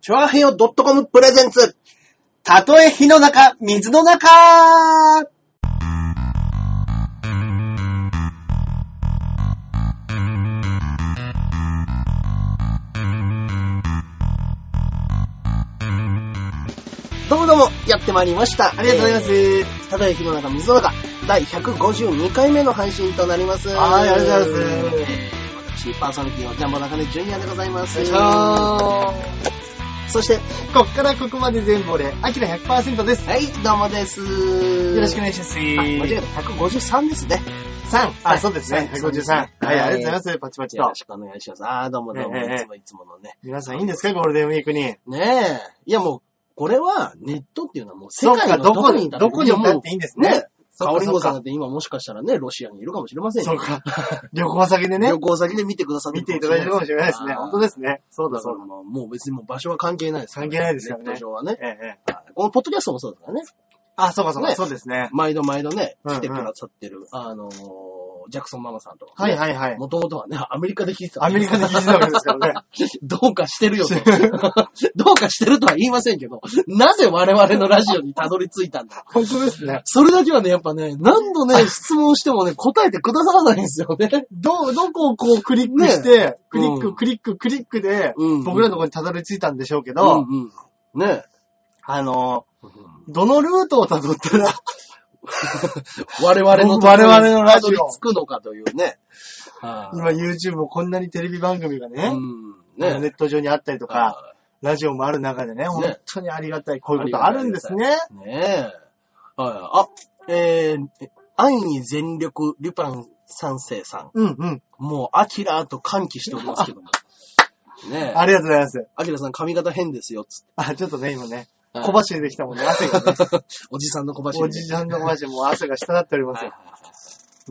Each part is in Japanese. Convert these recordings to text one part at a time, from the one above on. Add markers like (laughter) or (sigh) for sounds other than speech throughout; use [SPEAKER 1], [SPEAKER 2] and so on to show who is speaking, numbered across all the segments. [SPEAKER 1] チョアヘヨ .com プレゼンツ。たとえ火の中、水の中どうもどうも、やってまいりました。
[SPEAKER 2] ありがとうございます。
[SPEAKER 1] す。たとえ火の中、水の中、第152回目の配信となります。
[SPEAKER 2] はいありがとうございます
[SPEAKER 1] えー私、パーソナリティのジャンボ中根ジュニアでございます。
[SPEAKER 2] よ
[SPEAKER 1] そして、
[SPEAKER 2] ーこっからここまで全部俺、アキラ100%です。
[SPEAKER 1] はい、どうもです。よ
[SPEAKER 2] よろしくお願いします。
[SPEAKER 1] あ間違えた。153ですね。
[SPEAKER 2] 3!
[SPEAKER 1] は
[SPEAKER 2] あ、
[SPEAKER 1] い
[SPEAKER 2] そうですね。
[SPEAKER 1] はいそうです
[SPEAKER 2] 153。
[SPEAKER 1] ね
[SPEAKER 2] はい、ありがとうございます。パチパチ
[SPEAKER 1] よ
[SPEAKER 2] と
[SPEAKER 1] ろ。しくお願いします。あー、どうもどうも、
[SPEAKER 2] ええ
[SPEAKER 1] いつもいつものね。
[SPEAKER 2] 皆さんいいんですかゴールデンウィークに。
[SPEAKER 1] ねえ。いやもう、これはネットっていうのはもう世
[SPEAKER 2] そっ
[SPEAKER 1] 界
[SPEAKER 2] か、
[SPEAKER 1] の
[SPEAKER 2] どこ
[SPEAKER 1] に
[SPEAKER 2] に、どこに行ったっていいんです
[SPEAKER 1] ね。
[SPEAKER 2] ね
[SPEAKER 1] ね。
[SPEAKER 2] そ
[SPEAKER 1] カ
[SPEAKER 2] っ
[SPEAKER 1] オ
[SPEAKER 2] か
[SPEAKER 1] リン
[SPEAKER 2] そ
[SPEAKER 1] ゴ
[SPEAKER 2] っ
[SPEAKER 1] さん
[SPEAKER 2] か
[SPEAKER 1] だって今もしかしたらね、ロシアにいるかもしれません
[SPEAKER 2] そ
[SPEAKER 1] よ
[SPEAKER 2] うか。旅行先でね
[SPEAKER 1] 旅、行先で見てくださって。
[SPEAKER 2] 見ていただいてるかもしれないですね。本当ですすね。そうだ
[SPEAKER 1] だか
[SPEAKER 2] そ
[SPEAKER 1] ら
[SPEAKER 2] うだ。
[SPEAKER 1] もうもう別にもう場所は関係ないですから。
[SPEAKER 2] 関係ないですからね
[SPEAKER 1] ネット上はね。
[SPEAKER 2] ええええ。
[SPEAKER 1] はいこのポッドキャストもそうだからね。
[SPEAKER 2] あ、そうかそう
[SPEAKER 1] ね
[SPEAKER 2] か。そうですね。
[SPEAKER 1] 毎度毎度ね、
[SPEAKER 2] うんうん
[SPEAKER 1] 来てくださってる、あのー、ジャクソンママさんとか
[SPEAKER 2] は
[SPEAKER 1] ね、
[SPEAKER 2] いはいはい。
[SPEAKER 1] もともとはね、アメリカで聞いてた。
[SPEAKER 2] アメリカで聞いてたわけですからね。
[SPEAKER 1] (laughs) どうかしてるよと。 (laughs) どうかしてるとは言いませんけど、なぜ我々のラジオにたどり着いたんだ。
[SPEAKER 2] (laughs) 本当ですね。
[SPEAKER 1] それだけはね、やっぱね、何度 (laughs) ね、質問してもね、答えてくださらないんですよね。
[SPEAKER 2] どう、どこをこうクリックして、クリッ
[SPEAKER 1] うん
[SPEAKER 2] ク、クリック、クリックで
[SPEAKER 1] うん、
[SPEAKER 2] 僕らのところにたどり着いたんでしょうけ
[SPEAKER 1] う
[SPEAKER 2] ど、
[SPEAKER 1] んうん。ね
[SPEAKER 2] あの、どのルートをたどったら、 (laughs)
[SPEAKER 1] 我々の、
[SPEAKER 2] 我々の
[SPEAKER 1] た
[SPEAKER 2] ラジオ
[SPEAKER 1] どり着くのかというね。は
[SPEAKER 2] 今 YouTube もこんなにテレビ番組が
[SPEAKER 1] い
[SPEAKER 2] ね、
[SPEAKER 1] うん。
[SPEAKER 2] ネ
[SPEAKER 1] ね
[SPEAKER 2] ット上にあったりとか、
[SPEAKER 1] は
[SPEAKER 2] ラジオもある中でね、本当にありがたい、こういうことあ
[SPEAKER 1] ありがたい
[SPEAKER 2] るんですね。
[SPEAKER 1] いねえ。はい。あ、えー、愛に全力、ルパン三世さん。
[SPEAKER 2] うんうん。
[SPEAKER 1] もう、アキラと歓喜しておりますけど (laughs) も。ねえ。
[SPEAKER 2] ありがとうございます。
[SPEAKER 1] アキラさん髪型変ですよ、つって。
[SPEAKER 2] あ、ちょっとね、今ね、
[SPEAKER 1] はい
[SPEAKER 2] 小走りできたもんね、汗がね、
[SPEAKER 1] おじさんの小走りで。
[SPEAKER 2] おじちゃんの小走りもう汗が滴っておりますよ。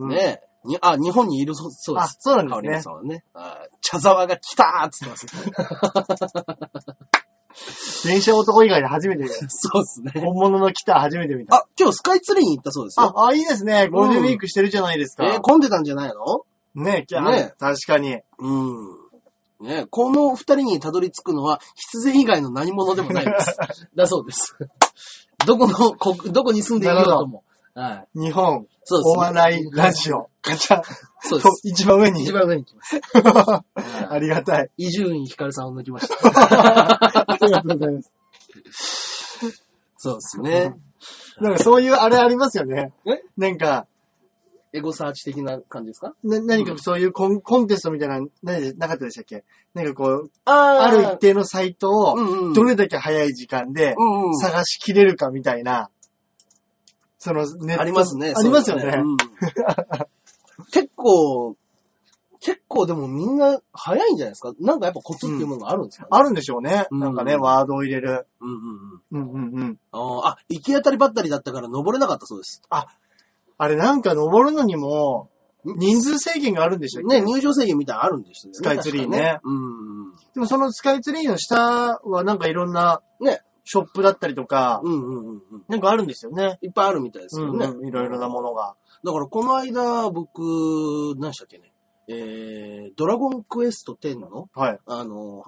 [SPEAKER 2] うん
[SPEAKER 1] ねえ。にあ、日本にいるそうそうで
[SPEAKER 2] あ、
[SPEAKER 1] す。
[SPEAKER 2] そうな
[SPEAKER 1] カオ
[SPEAKER 2] ん
[SPEAKER 1] リ
[SPEAKER 2] で
[SPEAKER 1] ンゴ
[SPEAKER 2] す
[SPEAKER 1] さ
[SPEAKER 2] ね。
[SPEAKER 1] んはね。あ茶沢が来たーっつっ
[SPEAKER 2] (laughs)
[SPEAKER 1] てます。
[SPEAKER 2] 電車男以外で初めて
[SPEAKER 1] (laughs)
[SPEAKER 2] 見た。
[SPEAKER 1] そうですね。
[SPEAKER 2] 本物のギター初めて見た。
[SPEAKER 1] あ、今日スカイツリーに行ったそうですよ。
[SPEAKER 2] あ、あ、いいですね。ゴールデンウィークしてるじゃないですか。
[SPEAKER 1] えー混んでたんじゃないの
[SPEAKER 2] ねえ、
[SPEAKER 1] ね
[SPEAKER 2] ね確かに。
[SPEAKER 1] うん。ねえこの二人にたどり着くのは必然以外の何者でもないです。
[SPEAKER 2] (laughs)
[SPEAKER 1] だそうです。どこの国、どこに住んでいようとも。はい。
[SPEAKER 2] 日本、
[SPEAKER 1] そうですね
[SPEAKER 2] お笑いラジオ、ガチャ、
[SPEAKER 1] そうです。
[SPEAKER 2] 一番上に
[SPEAKER 1] 一。番上に来ます。
[SPEAKER 2] ありがた (laughs) い。
[SPEAKER 1] 伊集院光さんを抜きました。
[SPEAKER 2] ありがとうございます。
[SPEAKER 1] そうですね。
[SPEAKER 2] なんかそういうあれありますよね。
[SPEAKER 1] え
[SPEAKER 2] なんか、
[SPEAKER 1] (laughs) エゴサーチ的な感じですか
[SPEAKER 2] な、何かそういうコンコンテストみたいな、何で、なかったでしたっけなんかこう、
[SPEAKER 1] あ
[SPEAKER 2] ある
[SPEAKER 1] る
[SPEAKER 2] 一定のサイトを、
[SPEAKER 1] うんうん
[SPEAKER 2] どれだけ早い時間で
[SPEAKER 1] うんうん
[SPEAKER 2] 探しきれるかみたいな、そのネット
[SPEAKER 1] ありますね。
[SPEAKER 2] ありますよ
[SPEAKER 1] そう
[SPEAKER 2] ね
[SPEAKER 1] いう。のうん (laughs) 結構、結構でもみんな早いんじゃないですかなんかやっぱコツっていうものがあるんですかね、
[SPEAKER 2] あるんでしょうね。
[SPEAKER 1] うん
[SPEAKER 2] なんかね、ワードを入れる。
[SPEAKER 1] うんうんうん
[SPEAKER 2] うんうんうん。
[SPEAKER 1] あーあ、行き当たりばったりだったから登れなかったそうです。
[SPEAKER 2] あれなんか登るのにも、
[SPEAKER 1] ん
[SPEAKER 2] 人数制限があるんでしたっけ
[SPEAKER 1] ね、入場制限みたいなのあるんですよね。
[SPEAKER 2] スカイツリーね
[SPEAKER 1] 確かうんうん
[SPEAKER 2] でもそのスカイツリーの下はなんかいろんな
[SPEAKER 1] うん。ね。
[SPEAKER 2] ショップだったりとか、
[SPEAKER 1] うんうんうんうん。
[SPEAKER 2] なんかあるんですよね。
[SPEAKER 1] いっぱいあるみたいですけどね。
[SPEAKER 2] うんうんいろいろなものが。
[SPEAKER 1] だからこの間、僕、何でしたっけね。えー、ドラゴンクエスト10の、
[SPEAKER 2] はい。
[SPEAKER 1] あの、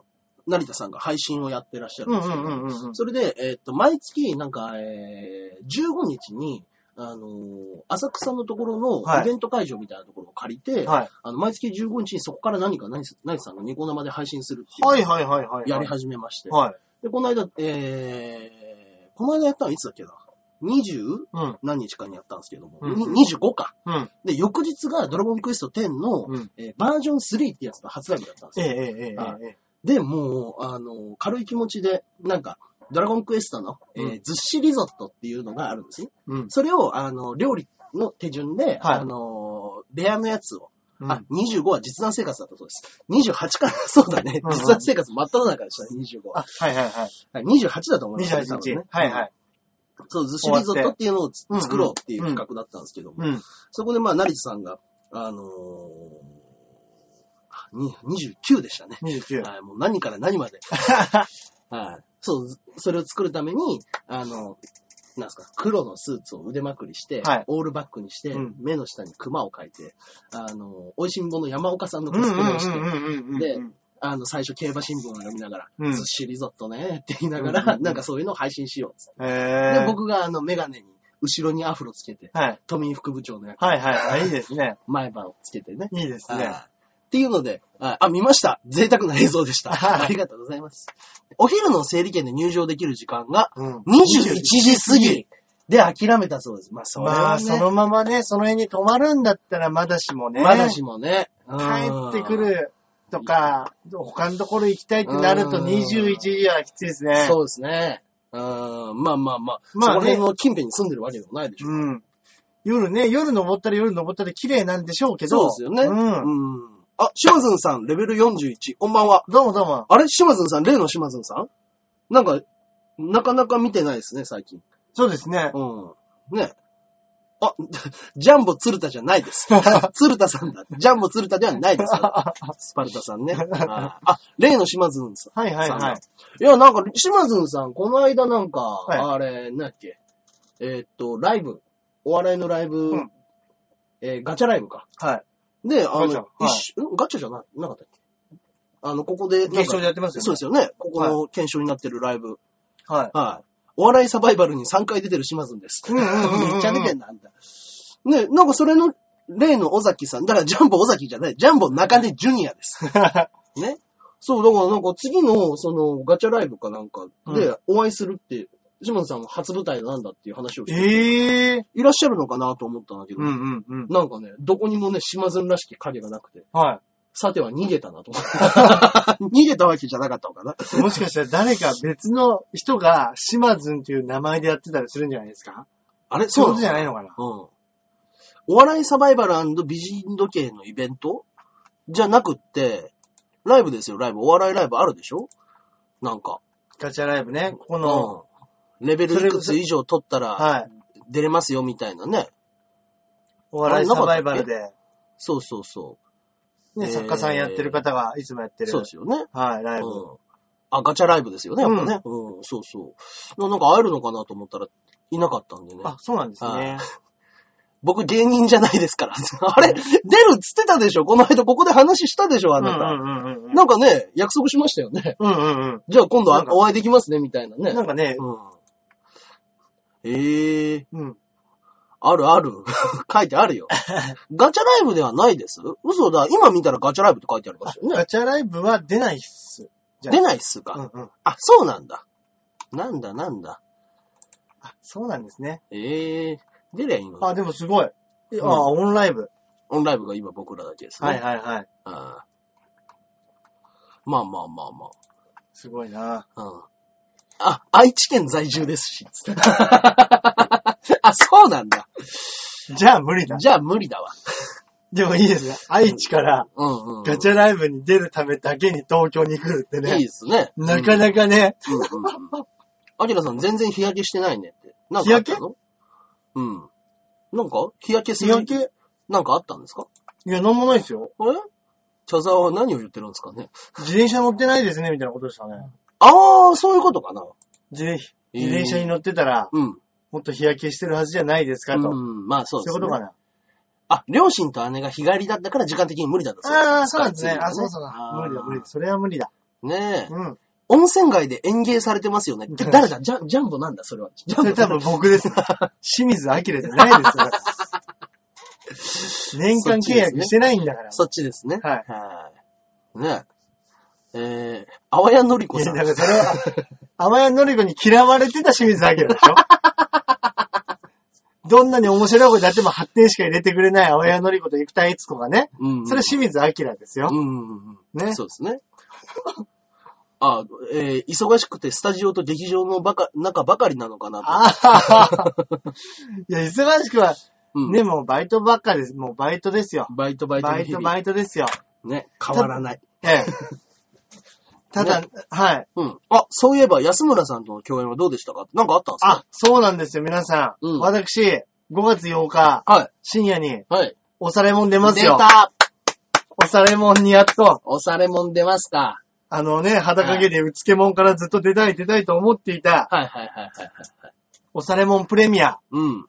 [SPEAKER 1] 成田さんが配信をやってらっしゃる
[SPEAKER 2] うんん
[SPEAKER 1] です
[SPEAKER 2] う
[SPEAKER 1] けど、
[SPEAKER 2] んうんうんうん。
[SPEAKER 1] それで、えーっと、毎月、なんか、えー、15日に、あのー浅草のところ
[SPEAKER 2] は
[SPEAKER 1] の
[SPEAKER 2] い
[SPEAKER 1] イベント会場みたいなところを借りて、
[SPEAKER 2] はい。
[SPEAKER 1] あの毎月15日にそこから何か何さ何さんがニコ生で配信するっていう、
[SPEAKER 2] はいはいはいはい。
[SPEAKER 1] やり始めまして、
[SPEAKER 2] はい。
[SPEAKER 1] で、この間、えー、この間やったのはいつだっけな ?20
[SPEAKER 2] うん。
[SPEAKER 1] 何日かにやったんですけども、
[SPEAKER 2] うん
[SPEAKER 1] に25か。
[SPEAKER 2] うん。
[SPEAKER 1] で、翌日がドラゴンクエスト10の、
[SPEAKER 2] うん
[SPEAKER 1] えーバージョン3ってやつが発売日だったんです
[SPEAKER 2] ええ
[SPEAKER 1] よ。
[SPEAKER 2] ええええ
[SPEAKER 1] はい
[SPEAKER 2] ええ。
[SPEAKER 1] で、もう、あの、軽い気持ちで、なんか、ドラゴンクエストの、えーずっしリゾットっていうのがあるんですね。
[SPEAKER 2] うん。
[SPEAKER 1] それを、あの、料理の手順で、あの、レアのやつを、
[SPEAKER 2] うん
[SPEAKER 1] あ、25は実弾生活だったそうです。28から、そうだね
[SPEAKER 2] う。んうん
[SPEAKER 1] 実弾生活真っ只中でしたね、25は。
[SPEAKER 2] あ、はいはいはい。
[SPEAKER 1] はい28だと思います。
[SPEAKER 2] 28日。
[SPEAKER 1] 多分ね
[SPEAKER 2] はいはい。
[SPEAKER 1] そう、ずっしリゾットっていうのをつ
[SPEAKER 2] 終わって
[SPEAKER 1] 作ろうっていう企画だったんですけども、
[SPEAKER 2] うん。
[SPEAKER 1] そこでまあ、成田さんが、あのーに29でしたね。
[SPEAKER 2] 29。
[SPEAKER 1] はい、もう何から何ま
[SPEAKER 2] (laughs)
[SPEAKER 1] で。はい。そう、それを作るために、あの、なんすか、黒のスーツを腕まくりして、
[SPEAKER 2] はい
[SPEAKER 1] オールバックにして、
[SPEAKER 2] うん
[SPEAKER 1] 目の下にクマを描いて、あの、美味しんぼの山岡さんの
[SPEAKER 2] う
[SPEAKER 1] コ
[SPEAKER 2] んう
[SPEAKER 1] ス
[SPEAKER 2] ん
[SPEAKER 1] プレをして、
[SPEAKER 2] うんうんうんうん。
[SPEAKER 1] であの、最初競馬新聞を読みながら、
[SPEAKER 2] うん
[SPEAKER 1] ずっしりぞっとね、って言いなが
[SPEAKER 2] うんうん
[SPEAKER 1] ら、
[SPEAKER 2] うん
[SPEAKER 1] なんかそういうのを配信しようっつって。
[SPEAKER 2] えー
[SPEAKER 1] で、、僕があの、メガネに、後ろにアフロつけて、
[SPEAKER 2] はい。
[SPEAKER 1] 富井副部長のやつ、
[SPEAKER 2] はいはい。あいいですね。
[SPEAKER 1] 前歯をつけてね。
[SPEAKER 2] いいですね。
[SPEAKER 1] あーっていうので、あ、あ見ました。贅沢な映像でした。
[SPEAKER 2] は
[SPEAKER 1] (laughs)
[SPEAKER 2] い
[SPEAKER 1] ありがとうございます。お昼の整理券で入場できる時間が
[SPEAKER 2] うん。
[SPEAKER 1] 21時過ぎで諦めたそうです。まあ、それ
[SPEAKER 2] ま
[SPEAKER 1] は
[SPEAKER 2] あ、そ
[SPEAKER 1] ね、
[SPEAKER 2] のままね、その辺に泊まるんだったらまだしもね。
[SPEAKER 1] まだしもね、
[SPEAKER 2] 帰ってく
[SPEAKER 1] うん。
[SPEAKER 2] るとか、他のところ行きたいってなると
[SPEAKER 1] うん
[SPEAKER 2] 21時はきついですね。
[SPEAKER 1] そうですね。うん、まあまあまあ、
[SPEAKER 2] まあね
[SPEAKER 1] そこら辺の近辺に住んでるわけでもないでしょ。
[SPEAKER 2] うん。夜ね、夜登ったら夜登ったら綺麗なんでしょうけど。
[SPEAKER 1] そうですよね。
[SPEAKER 2] うん。
[SPEAKER 1] うん。あ、島津さん、レベル41、こんばんは。
[SPEAKER 2] どうもどうも。
[SPEAKER 1] あれ島津さん、例の島津さんなんか、なかなか見てないですね、最近。
[SPEAKER 2] そうですね。
[SPEAKER 1] うん。ね。あ、 (laughs) ジャンボ鶴田じゃない
[SPEAKER 2] (laughs)
[SPEAKER 1] です。鶴田さんだ。ジャンボ鶴田ではないですよ。スパルタさんね。あ、あ例の島津さん。
[SPEAKER 2] はいはいはい。
[SPEAKER 1] いや、なんか、島津さん、この間なんか、
[SPEAKER 2] は
[SPEAKER 1] あれ、なんだっけ。えーっと、ライブ。お笑いのライブ、
[SPEAKER 2] うん
[SPEAKER 1] えーガチャライブか。
[SPEAKER 2] はい。
[SPEAKER 1] で、あの、
[SPEAKER 2] ガチャはい
[SPEAKER 1] 一緒んガチャじゃななかったっけあの、ここで、なんか
[SPEAKER 2] 決勝でやってますよね。
[SPEAKER 1] そうですよね。ここの検証になってるライブ。
[SPEAKER 2] はい。
[SPEAKER 1] はい。お笑いサバイバルに3回出てる島津です。
[SPEAKER 2] うんうんうんうん
[SPEAKER 1] めっちゃ出てんな、あんた。ね、なんかそれの、例の尾崎さん、だからジャンボ尾崎じゃない、ジャンボ中根ジュニア
[SPEAKER 2] (laughs)
[SPEAKER 1] です。ね。そう、だからなんか次の、その、ガチャライブかなんかでお会いするって、島津さんが初舞台なんだっていう話をして、
[SPEAKER 2] ええ
[SPEAKER 1] いらっしゃるのかなと思ったんだけど、
[SPEAKER 2] うんうんうん。
[SPEAKER 1] なんかね、どこにもね、島津らしき影がなくて、
[SPEAKER 2] は
[SPEAKER 1] さては逃げたなと思って。
[SPEAKER 2] (laughs)
[SPEAKER 1] 逃げたわけじゃなかったのかな。
[SPEAKER 2] い。もしかしたら誰か別の人が島津んっていう名前でやってたりするんじゃないですか
[SPEAKER 1] あれ
[SPEAKER 2] そうい
[SPEAKER 1] なの
[SPEAKER 2] うことじゃないのかな
[SPEAKER 1] うん。お笑いサバイバル美人時計のイベントじゃなくって、ライブですよ、ライブ。お笑いライブあるでしょなんか。
[SPEAKER 2] ガチャライブね。ここ
[SPEAKER 1] う
[SPEAKER 2] の、
[SPEAKER 1] ん。レベルいくつ以上取ったら
[SPEAKER 2] はい。
[SPEAKER 1] 出れますよ、みたいなね。
[SPEAKER 2] お笑いサバイバルで、
[SPEAKER 1] そうそうそ
[SPEAKER 2] ね、
[SPEAKER 1] えー
[SPEAKER 2] 作家さんやってる方がいつもやって
[SPEAKER 1] う。
[SPEAKER 2] る。
[SPEAKER 1] そうですよね。
[SPEAKER 2] はい、ライブ。
[SPEAKER 1] うん。あ、ガチャライブですよね、やっぱね。うん、そうそう。ななんか会えるのかなと思ったら、いなかったんでね。
[SPEAKER 2] あ、そうなんですね。
[SPEAKER 1] 僕芸人じゃないですから。 (laughs) あれ出るっつってたでしょこの間ここで話したでしょあ
[SPEAKER 2] うんう
[SPEAKER 1] なた。
[SPEAKER 2] んうんうん。
[SPEAKER 1] なんかね、約束しましたよね。
[SPEAKER 2] うんうんうん。
[SPEAKER 1] じゃあ今度
[SPEAKER 2] なん
[SPEAKER 1] は
[SPEAKER 2] か
[SPEAKER 1] お会いできますね、みたいなね。
[SPEAKER 2] なんかね、
[SPEAKER 1] うん。ええ
[SPEAKER 2] うん。
[SPEAKER 1] あるある。 (laughs) 書いてあ
[SPEAKER 2] (laughs)
[SPEAKER 1] るよ。ガチャライブではないです。嘘だ。今見たらガチャライブって書いてありますよね。
[SPEAKER 2] ガチャライブは出ないっす。じゃあ
[SPEAKER 1] 出ないっすか、
[SPEAKER 2] うんうん。
[SPEAKER 1] あ、そうなんだ。なんだなんだ。
[SPEAKER 2] あ、そうなんですね。
[SPEAKER 1] ええ出りゃいいの
[SPEAKER 2] あ、
[SPEAKER 1] に。
[SPEAKER 2] でもすごい。え
[SPEAKER 1] うん
[SPEAKER 2] あ、オンライブ。
[SPEAKER 1] オンライブが今僕らだけですね。
[SPEAKER 2] はいはいはい。
[SPEAKER 1] うんまあまあまあまあ。
[SPEAKER 2] すごいな。
[SPEAKER 1] うんあ、愛知県在住ですし、つ
[SPEAKER 2] (laughs)
[SPEAKER 1] って。あ、そうなんだ。
[SPEAKER 2] じゃあ無理だ。
[SPEAKER 1] じゃあ無理だわ。
[SPEAKER 2] でもいいですね。愛知から
[SPEAKER 1] うんうんうん。
[SPEAKER 2] ガチャライブに出るためだけに東京に来るって
[SPEAKER 1] いい
[SPEAKER 2] ね
[SPEAKER 1] で。すね。
[SPEAKER 2] なか
[SPEAKER 1] か。
[SPEAKER 2] なかね、
[SPEAKER 1] うんうんうん。アキラさん全然日焼けしてないねって。なんかあったのうん。なんか日焼けす
[SPEAKER 2] 日
[SPEAKER 1] る
[SPEAKER 2] 焼け、い
[SPEAKER 1] なんかあったんですか
[SPEAKER 2] や、なんもないですよ。
[SPEAKER 1] あれ茶沢は何を言ってるんですかね
[SPEAKER 2] 自転車乗ってないですね、みたいなことでしたね。
[SPEAKER 1] あー、そういうことかな。
[SPEAKER 2] 自転自転車に乗ってたら、
[SPEAKER 1] うん。
[SPEAKER 2] もっと日焼けしてるはずじゃないですかと。
[SPEAKER 1] うん、まあそう
[SPEAKER 2] そうい
[SPEAKER 1] です
[SPEAKER 2] う
[SPEAKER 1] ね
[SPEAKER 2] こと。かな。
[SPEAKER 1] あ、両親と姉が日帰りだったから時間的に無理だった
[SPEAKER 2] ああ、そうなんですね。あ、そうそうだ。
[SPEAKER 1] あー
[SPEAKER 2] 無理だ、無理だ。それは無理だ。
[SPEAKER 1] ねえ。
[SPEAKER 2] うん。
[SPEAKER 1] 温泉街で園芸されてますよね。だ誰だジャンジャンボなんだそれは。ジャ
[SPEAKER 2] そ
[SPEAKER 1] ンボ
[SPEAKER 2] れ多分僕です。
[SPEAKER 1] (laughs)
[SPEAKER 2] 清水明じゃないですよ。年間契約してないんだから。
[SPEAKER 1] そっちですね。
[SPEAKER 2] はい。
[SPEAKER 1] はい。ねえ。えー、あわやのりこ
[SPEAKER 2] い
[SPEAKER 1] さ
[SPEAKER 2] や、
[SPEAKER 1] ん。
[SPEAKER 2] だからそれは、甘谷のり子に嫌われてた清水明でし
[SPEAKER 1] (laughs)
[SPEAKER 2] ょどんなに面白いことやっても発展しか入れてくれない甘谷のり子と生田悦子がね、
[SPEAKER 1] うんうん
[SPEAKER 2] それは清水明ですよ。
[SPEAKER 1] うんうんうん。
[SPEAKER 2] ね
[SPEAKER 1] そうですね。 (laughs) あ、えー忙しくてスタジオと劇場のばか中ばかりなのかなと。
[SPEAKER 2] ああいや、忙しくは、
[SPEAKER 1] うん
[SPEAKER 2] ね、もうバイトばっかです。もうバイトですよ。
[SPEAKER 1] バイトバイトの
[SPEAKER 2] バイ
[SPEAKER 1] 日
[SPEAKER 2] ト
[SPEAKER 1] 々。
[SPEAKER 2] バイトですよ。
[SPEAKER 1] ね、変わらない。 (laughs)
[SPEAKER 2] ええ。ただ、はい。
[SPEAKER 1] うん。あ、そういえば安村さんとの共演はどうでしたかなんかあったんですか
[SPEAKER 2] あ、そうなんですよ、皆さん。
[SPEAKER 1] うん
[SPEAKER 2] 私、5月8日、
[SPEAKER 1] はい。
[SPEAKER 2] 深夜に、
[SPEAKER 1] はい。
[SPEAKER 2] おされもん出ます
[SPEAKER 1] 出
[SPEAKER 2] よ。
[SPEAKER 1] た
[SPEAKER 2] おされもんにやっと、
[SPEAKER 1] おされもん出ますか。
[SPEAKER 2] あのね、裸毛で打ち手もんからずっと出たい出たいと思っていた、
[SPEAKER 1] はいはいはいはいはい。
[SPEAKER 2] おされもんプレミア、
[SPEAKER 1] うん。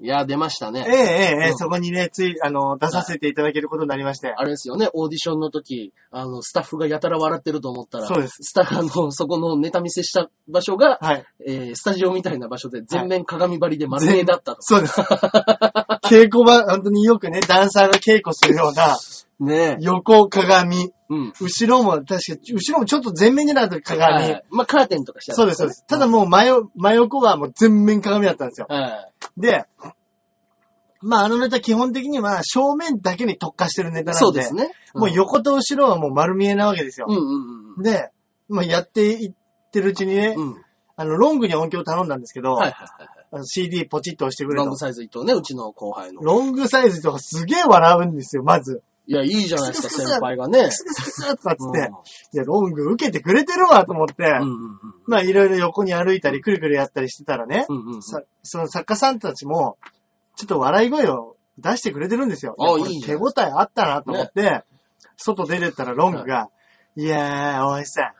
[SPEAKER 1] いや、出ました
[SPEAKER 2] ええ
[SPEAKER 1] ね。
[SPEAKER 2] ええええ
[SPEAKER 1] うん
[SPEAKER 2] そこにね、つい、あの、出させていただけることになりまして。
[SPEAKER 1] あれですよね、オーディションの時、あの、スタッフがやたら笑ってると思ったら、
[SPEAKER 2] そうです
[SPEAKER 1] スタッフ、あの、 (laughs) そこのネタ見せした場所が、
[SPEAKER 2] はい。
[SPEAKER 1] えースタジオみたいな場所で全面鏡張りで丸見えだったと。
[SPEAKER 2] そうです。稽古場、本当によくね、ダンサーが稽古するような、
[SPEAKER 1] ねえ。
[SPEAKER 2] 横鏡。
[SPEAKER 1] うん。
[SPEAKER 2] 後ろも、確か、後ろもちょっと全面になる鏡。
[SPEAKER 1] はいまあ、カーテンとかしてあ
[SPEAKER 2] そ
[SPEAKER 1] る
[SPEAKER 2] うんです、そうです。た
[SPEAKER 1] よ
[SPEAKER 2] だ
[SPEAKER 1] ね、
[SPEAKER 2] もう真よ真横はもう全面鏡だったんですよ。
[SPEAKER 1] は
[SPEAKER 2] で、まああのネタ基本的には正面だけに特化してるネタな
[SPEAKER 1] い。
[SPEAKER 2] んで、
[SPEAKER 1] そうですね。ん
[SPEAKER 2] もう横と後ろはもう丸見えなわけですよ
[SPEAKER 1] う。んうんうん。
[SPEAKER 2] で、まあやっていってるうちにね、
[SPEAKER 1] うん。
[SPEAKER 2] あの、ロングに音響頼んだんですけど、
[SPEAKER 1] はいはいはいはい。
[SPEAKER 2] あの CD ポチッと押してくれ
[SPEAKER 1] ロン
[SPEAKER 2] と
[SPEAKER 1] グ。サイズ伊藤ね、うちの後輩の。
[SPEAKER 2] ロングサイズとかすげえ笑うんですよ、まず。
[SPEAKER 1] いや、いいじゃないですか、先輩がね
[SPEAKER 2] ク。スクスクスってなってて、
[SPEAKER 1] う
[SPEAKER 2] いや、ロング受けてくれてるわと思って、
[SPEAKER 1] んうんうん
[SPEAKER 2] まあいろいろ横に歩いたり、くるくるやったりしてたらね、
[SPEAKER 1] うんうんうん。
[SPEAKER 2] さその作家さんたちも、ちょっと笑い声を出してくれてるんですよ。
[SPEAKER 1] あ
[SPEAKER 2] いやこれ
[SPEAKER 1] いいね
[SPEAKER 2] 手応えあったなと思って、外出てったらロングが、いやー、大橋さん、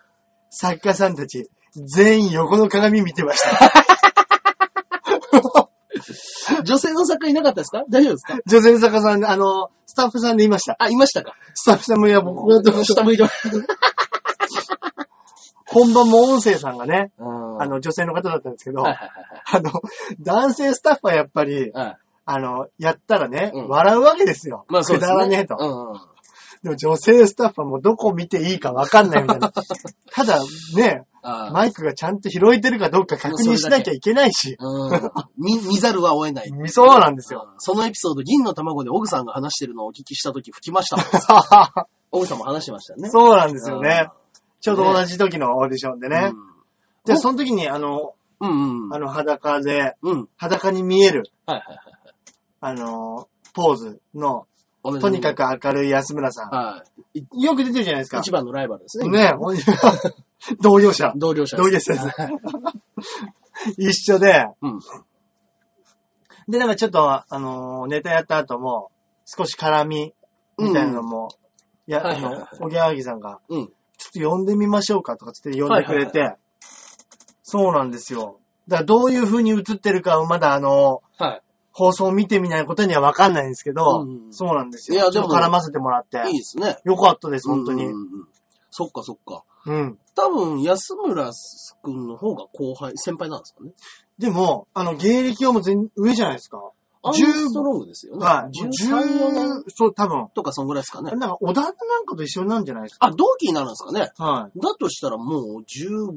[SPEAKER 2] 作家さんたち、全員横の鏡見て
[SPEAKER 1] (laughs)
[SPEAKER 2] ました。
[SPEAKER 1] 女性の作家いなかったですか大丈夫ですか
[SPEAKER 2] 女性の作家さん、あの、スタッフさんでいました。
[SPEAKER 1] あ、いましたか。
[SPEAKER 2] スタッフさんも、いや、僕はど
[SPEAKER 1] (laughs)
[SPEAKER 2] うし
[SPEAKER 1] 下向いてま
[SPEAKER 2] (laughs) 本番も音声さんがね、
[SPEAKER 1] あの
[SPEAKER 2] あの、女性の方だったんですけど、
[SPEAKER 1] はいはいはい
[SPEAKER 2] あの、男性スタッフはやっぱり、
[SPEAKER 1] はい。はい
[SPEAKER 2] あの、やったらね、
[SPEAKER 1] うん
[SPEAKER 2] 笑うわけですよ。
[SPEAKER 1] まあそうです
[SPEAKER 2] くだらねえと。
[SPEAKER 1] うんうん。
[SPEAKER 2] でも女性スタッフはもうどこ見ていいかわかんないみたいな。 (laughs) ただね、
[SPEAKER 1] ああ
[SPEAKER 2] マイクがちゃんと拾えてるかどうか確認しなきゃいけないし。
[SPEAKER 1] うん。見、見ざるは得ない。
[SPEAKER 2] 見そうなんですよ。
[SPEAKER 1] うんそのエピソード、銀の卵でオグさんが話してるのをお聞きしたとき吹きましたも
[SPEAKER 2] (laughs)
[SPEAKER 1] ん。オグさんも話してましたよね。
[SPEAKER 2] そうなんで
[SPEAKER 1] です
[SPEAKER 2] よね。。ちょうど同じ時のオーディションでね。で、その時にあの、
[SPEAKER 1] うん。うんうん
[SPEAKER 2] あ。の裸で、
[SPEAKER 1] うん。
[SPEAKER 2] 裸に見える、
[SPEAKER 1] はいはいはい。
[SPEAKER 2] あの、ポーズの、
[SPEAKER 1] お願いし
[SPEAKER 2] と
[SPEAKER 1] ます
[SPEAKER 2] にかく明るい安村さ
[SPEAKER 1] は
[SPEAKER 2] ん。よく出てるじゃないです
[SPEAKER 1] い。
[SPEAKER 2] か。
[SPEAKER 1] 一番のライバルですね。
[SPEAKER 2] ね、ほん (laughs) 同業者。
[SPEAKER 1] 同僚者
[SPEAKER 2] 同業者です。 (laughs) 一緒で、
[SPEAKER 1] うん。
[SPEAKER 2] で、なんかちょっと、あのーネタやった後も、少し絡み、みたいなのも、いや、
[SPEAKER 1] はい
[SPEAKER 2] あ
[SPEAKER 1] はいはい
[SPEAKER 2] の、おぎやはぎさんが、
[SPEAKER 1] うん。
[SPEAKER 2] ちょっと呼んでみましょうかとかつって呼んでくれて、そうなんですよ。だからどういう風に映ってるかはまだあの、
[SPEAKER 1] は
[SPEAKER 2] 放送を見てみないことにはわかんないんですけど、
[SPEAKER 1] うん
[SPEAKER 2] そうなんですよ。
[SPEAKER 1] いやでも
[SPEAKER 2] ちょっと絡ませてもらって。
[SPEAKER 1] い。いいですね。
[SPEAKER 2] よかったです、本当に。
[SPEAKER 1] うんう
[SPEAKER 2] うん
[SPEAKER 1] うんうん。そっかそっか。
[SPEAKER 2] ん。
[SPEAKER 1] 多分、安村くんの方が後輩、先輩なんですかね。
[SPEAKER 2] でも、あの、芸歴はもう全上じゃないですか。
[SPEAKER 1] アンストロームですよね。
[SPEAKER 2] はい。
[SPEAKER 1] 13、4年
[SPEAKER 2] 10そう、多分。
[SPEAKER 1] とかそんぐらいですかね
[SPEAKER 2] なん。か、小田なんかと一緒なんじゃないですか。
[SPEAKER 1] あ、同期になるんですかね。
[SPEAKER 2] はい。
[SPEAKER 1] だとしたらもう15、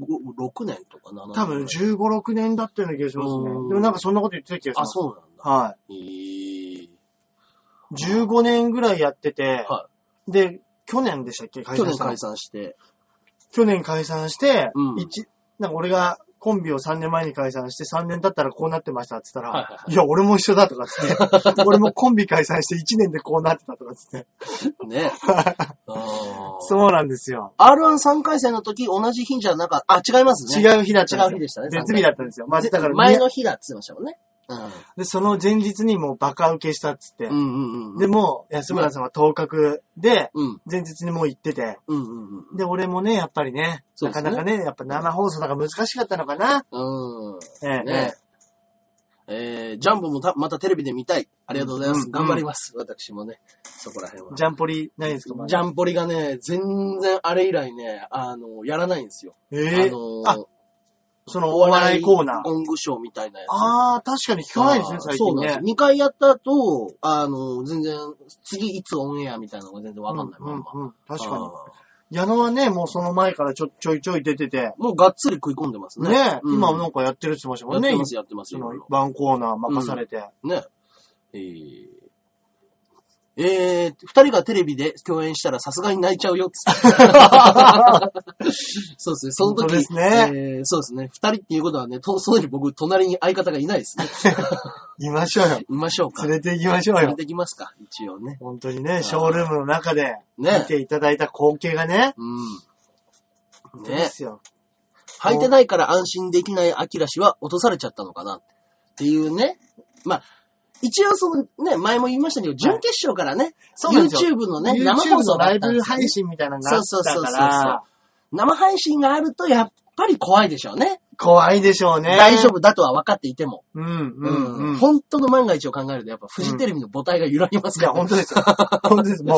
[SPEAKER 1] 6年とか7年。
[SPEAKER 2] 多分15、6年だったような気がしますね。
[SPEAKER 1] うん
[SPEAKER 2] でもなんかそんなこと言ってた気がし
[SPEAKER 1] あ、
[SPEAKER 2] ます。
[SPEAKER 1] そうなんだ。
[SPEAKER 2] は
[SPEAKER 1] えー、
[SPEAKER 2] い。15年ぐらいやってて、
[SPEAKER 1] は
[SPEAKER 2] で、去年でしたっけ解
[SPEAKER 1] 去
[SPEAKER 2] 散
[SPEAKER 1] 年
[SPEAKER 2] したの
[SPEAKER 1] 解散して。
[SPEAKER 2] 去年解散して、
[SPEAKER 1] うん
[SPEAKER 2] 一なんか俺がコンビを3年前に解散して3年経ったらこうなってましたって言ったら、
[SPEAKER 1] はい
[SPEAKER 2] い
[SPEAKER 1] はいはい
[SPEAKER 2] や、俺も一緒だとか
[SPEAKER 1] (laughs)
[SPEAKER 2] っつって、俺もコンビ解散して1年でこうなってたとかっつって。
[SPEAKER 1] ね。あー
[SPEAKER 2] そうなんですよ。
[SPEAKER 1] R13 回戦の時、同じ日じゃなかった。あ、違いますね。
[SPEAKER 2] 違
[SPEAKER 1] う。
[SPEAKER 2] う日だったん
[SPEAKER 1] 違う日でしたね
[SPEAKER 2] 別日だったんですよ。まあ、だから
[SPEAKER 1] 前の日だって言ってましたもんね。
[SPEAKER 2] で、その前日にもうバカ受けしたっつって、
[SPEAKER 1] うん。うんうんうん。
[SPEAKER 2] で、もう安村さんは当確で、
[SPEAKER 1] うん。
[SPEAKER 2] 前日にもう行ってて、
[SPEAKER 1] うんうん
[SPEAKER 2] で、俺もね、やっぱりね、
[SPEAKER 1] そう
[SPEAKER 2] な
[SPEAKER 1] です
[SPEAKER 2] か
[SPEAKER 1] ね
[SPEAKER 2] なかね、やっぱ生放送だから難しかったのかな。
[SPEAKER 1] うん。うん。
[SPEAKER 2] ええ
[SPEAKER 1] ねえー、ジャンボもたまたテレビで見たい。ありがとうございます。
[SPEAKER 2] うん
[SPEAKER 1] 頑張ります。私もね、そこら辺は。
[SPEAKER 2] ジャンポリないんですかまだ
[SPEAKER 1] ジャンポリがね、全然あれ以来ね、あの、やらないんですよ。
[SPEAKER 2] ええ
[SPEAKER 1] あの
[SPEAKER 2] あ、そのお笑いコーナー。
[SPEAKER 1] 音具ショーみたいなやつ。
[SPEAKER 2] ああ、確かに聞かないですね、最
[SPEAKER 1] そ
[SPEAKER 2] 近
[SPEAKER 1] うなんです
[SPEAKER 2] ね。
[SPEAKER 1] 2回やった後、あの、全然、次いつオンエアみたいなのが全然わかんないまんま。
[SPEAKER 2] うんうん、確かに。
[SPEAKER 1] あ
[SPEAKER 2] 矢野はね、もうその前からちょちょいちょい出てて、
[SPEAKER 1] ーもうがっつり食い込んでますね。
[SPEAKER 2] ね、
[SPEAKER 1] うん
[SPEAKER 2] 今なんかやってるって言ってましたも
[SPEAKER 1] やっ
[SPEAKER 2] んね
[SPEAKER 1] て。ます、やってます。
[SPEAKER 2] そ
[SPEAKER 1] 今
[SPEAKER 2] のワンコーナー任されて。
[SPEAKER 1] ね。えーえー、二人がテレビで共演したらさすがに泣いちゃう
[SPEAKER 2] (laughs)
[SPEAKER 1] よっつって。そうですね、その時。
[SPEAKER 2] 本当ですね
[SPEAKER 1] えーそうですね、二人っていうことはね、とその時僕、隣に相方がいないですね。
[SPEAKER 2] いましょうよ。
[SPEAKER 1] いましょうか。
[SPEAKER 2] 連れて行きましょう
[SPEAKER 1] 連れ
[SPEAKER 2] よ。
[SPEAKER 1] てきますか、一応ね。
[SPEAKER 2] 本当にね、ショールームの中で見
[SPEAKER 1] ね
[SPEAKER 2] ていただいた光景がね、
[SPEAKER 1] うん。
[SPEAKER 2] そうで
[SPEAKER 1] ね
[SPEAKER 2] すよ。
[SPEAKER 1] 履いてないから安心できないアキラ氏は落とされちゃったのかなっていうね。まあ、一応そのね、前も言いましたけど、準決勝からね、
[SPEAKER 2] そうなんですよ
[SPEAKER 1] YouTube のね、生
[SPEAKER 2] YouTube
[SPEAKER 1] 放送
[SPEAKER 2] の
[SPEAKER 1] だ
[SPEAKER 2] ラ
[SPEAKER 1] っ
[SPEAKER 2] イ
[SPEAKER 1] たん
[SPEAKER 2] ブ
[SPEAKER 1] ですよね
[SPEAKER 2] 配信みたいなのがあ
[SPEAKER 1] そ
[SPEAKER 2] っ
[SPEAKER 1] うそう
[SPEAKER 2] た
[SPEAKER 1] そう
[SPEAKER 2] か
[SPEAKER 1] そうそう
[SPEAKER 2] ら、。
[SPEAKER 1] 生配信があると、やっぱり怖いでしょうね。
[SPEAKER 2] 怖いでしょうね。
[SPEAKER 1] 大丈。夫だとは分かっていても。
[SPEAKER 2] うん、
[SPEAKER 1] う
[SPEAKER 2] う、
[SPEAKER 1] ん
[SPEAKER 2] うん。い
[SPEAKER 1] 本当の万が一を考えると、やっぱフジテレビの母体が揺らぎますか
[SPEAKER 2] や、
[SPEAKER 1] ら、
[SPEAKER 2] 本当です
[SPEAKER 1] (laughs)
[SPEAKER 2] よ。本当です。もう、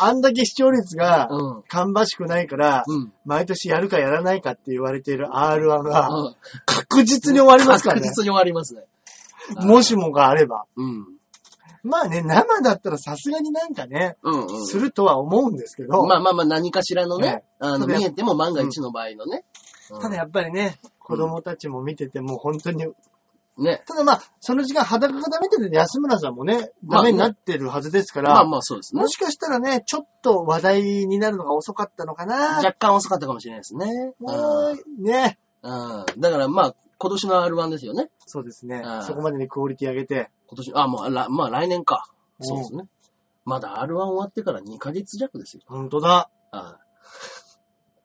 [SPEAKER 2] あんだけ視聴率が、
[SPEAKER 1] うん。
[SPEAKER 2] 芳しくないから、
[SPEAKER 1] うん。
[SPEAKER 2] 毎年やるかやらないかって言われている R1 が、
[SPEAKER 1] うん
[SPEAKER 2] 確実に終わりますから
[SPEAKER 1] 確
[SPEAKER 2] ね。
[SPEAKER 1] 実に終わりますね。
[SPEAKER 2] もしもがあれば。
[SPEAKER 1] うん。
[SPEAKER 2] まあね、生だったらさすがになんかね、
[SPEAKER 1] うん、うん。
[SPEAKER 2] するとは思うんですけど、
[SPEAKER 1] まあまあまあ、何かしらのね
[SPEAKER 2] ね、
[SPEAKER 1] あの、
[SPEAKER 2] ただ
[SPEAKER 1] 見えても万が一の場合のね。うん
[SPEAKER 2] ただやっぱりね、子供たちも見ててもう本当に、
[SPEAKER 1] ね。
[SPEAKER 2] ただまあ、その時間裸がダメってて安村さんもね、ダメになってるはずですから、
[SPEAKER 1] まあまあ、そうですね
[SPEAKER 2] も。しかしたらね、ちょっと話題になるのが遅かったのかな。
[SPEAKER 1] 若干遅かったかもしれないですね。
[SPEAKER 2] もう、ね。
[SPEAKER 1] うん。うんだからまあ、今年の R1 ですよね。
[SPEAKER 2] そうですね
[SPEAKER 1] う。ん
[SPEAKER 2] そこまでにクオリティ上げて。
[SPEAKER 1] 今年、あ、もう、らまあ来年か。
[SPEAKER 2] うん
[SPEAKER 1] そうですね。まだ R1 終わってから2ヶ月弱ですよ。
[SPEAKER 2] 本当だ。
[SPEAKER 1] あ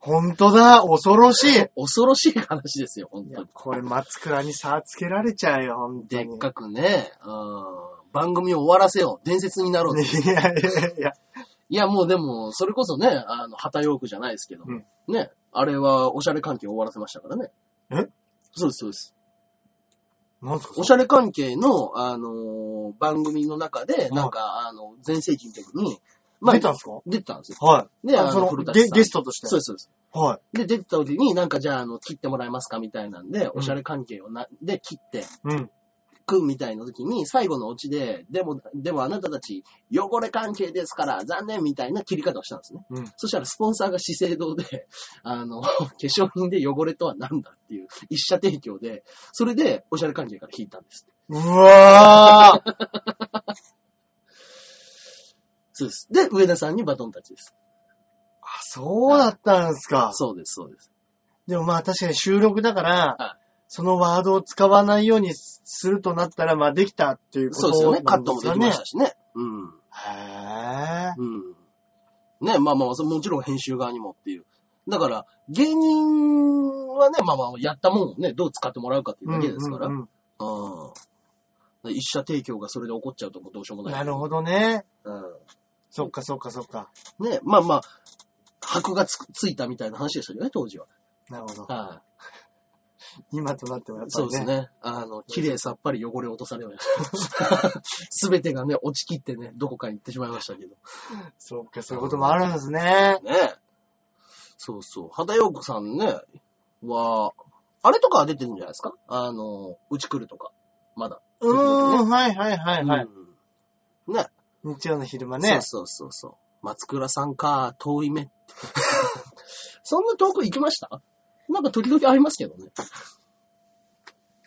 [SPEAKER 2] 本当だ。恐ろしい。
[SPEAKER 1] 恐ろしい話ですよ、本
[SPEAKER 2] い
[SPEAKER 1] 当
[SPEAKER 2] や
[SPEAKER 1] に。
[SPEAKER 2] これ、松倉に差つけられちゃうよ、本当
[SPEAKER 1] で
[SPEAKER 2] に。
[SPEAKER 1] っかくね、うん番組を終わらせよう。伝説になろう。
[SPEAKER 2] (laughs) いやいやいや。
[SPEAKER 1] いや、もうでも、それこそね、あの、旗ヨークじゃないですけど、
[SPEAKER 2] うん
[SPEAKER 1] ね、あれは、おしゃれ関係を終わらせましたからね。
[SPEAKER 2] え
[SPEAKER 1] そうです、そうです。
[SPEAKER 2] なんすか
[SPEAKER 1] おしゃれ関係の、あのー番組の中で、
[SPEAKER 2] うん
[SPEAKER 1] なんか、あの、前世紀の時に、
[SPEAKER 2] 出たんすか
[SPEAKER 1] 出てたんですよ。
[SPEAKER 2] は
[SPEAKER 1] で、
[SPEAKER 2] あその
[SPEAKER 1] 古舘
[SPEAKER 2] ゲ
[SPEAKER 1] さん
[SPEAKER 2] ゲストとして
[SPEAKER 1] そうです、そうです。
[SPEAKER 2] い。は
[SPEAKER 1] で、出てた時に、なんか、じゃあ、あの、切ってもらえますかみたいなんで、おしゃれ関係をな、で、切って、
[SPEAKER 2] い。うん。
[SPEAKER 1] くみたいな時に、最後のオチで、でも、でもあなたたち、汚れ関係ですから、残念みたいな切り方をしたんですね。
[SPEAKER 2] うん
[SPEAKER 1] そしたら、スポンサーが資生堂で、あの、化粧品で汚れとは何だっていう、一社提供で、それで、おしゃれ関係から引いたんです。
[SPEAKER 2] うわ
[SPEAKER 1] (laughs)
[SPEAKER 2] ー
[SPEAKER 1] そうです。で、上田さんにバトンタッチです。
[SPEAKER 2] あそうだったんすか。
[SPEAKER 1] そうです、そうです。
[SPEAKER 2] でもまあ確かに収録だから、
[SPEAKER 1] は
[SPEAKER 2] そのワードを使わないようにするとなったら、まあできたっていうこ
[SPEAKER 1] そ
[SPEAKER 2] と
[SPEAKER 1] うですよ
[SPEAKER 2] な
[SPEAKER 1] ね。カッ
[SPEAKER 2] ん
[SPEAKER 1] ト
[SPEAKER 2] で
[SPEAKER 1] も
[SPEAKER 2] す
[SPEAKER 1] で
[SPEAKER 2] よ
[SPEAKER 1] き
[SPEAKER 2] ね。
[SPEAKER 1] ましたしね。うん。
[SPEAKER 2] へー。
[SPEAKER 1] うん。ね、まあまあ、そもちろん編集側にもっていう。だから、芸人はね、まあまあ、やったもんをね、どう使ってもらうかっていうだけですから
[SPEAKER 2] うんう。んうん
[SPEAKER 1] うん。一社提供がそれで起こっちゃうともうどうしようもない。
[SPEAKER 2] なるほどね。
[SPEAKER 1] う
[SPEAKER 2] そっかそっかそっか。
[SPEAKER 1] ん。ね、まあまあ、箔がつくついたみたいな話でしたよね、当時は。
[SPEAKER 2] なるほど。
[SPEAKER 1] は
[SPEAKER 2] 今となってはやっ
[SPEAKER 1] い。
[SPEAKER 2] ぱ
[SPEAKER 1] そう
[SPEAKER 2] り
[SPEAKER 1] です
[SPEAKER 2] ね。
[SPEAKER 1] ね。あの、綺麗さっぱり汚れ落とされました。 (laughs) すべてがね、落ちきってね、どこかに行ってしまいましたけど。
[SPEAKER 2] そっか、そういうこともあるんですね。
[SPEAKER 1] ね。そうそう。肌陽子さんね、は、あれとかは出てるんじゃないですかあの、うち来るとか。まだ。
[SPEAKER 2] うーん、はいはいはいはい。
[SPEAKER 1] うんね。
[SPEAKER 2] 日曜の昼間ね。
[SPEAKER 1] そうそうそうそう。松倉さんか、遠い目。 (laughs) そんな遠く行きましたなんか時々ありますけどね。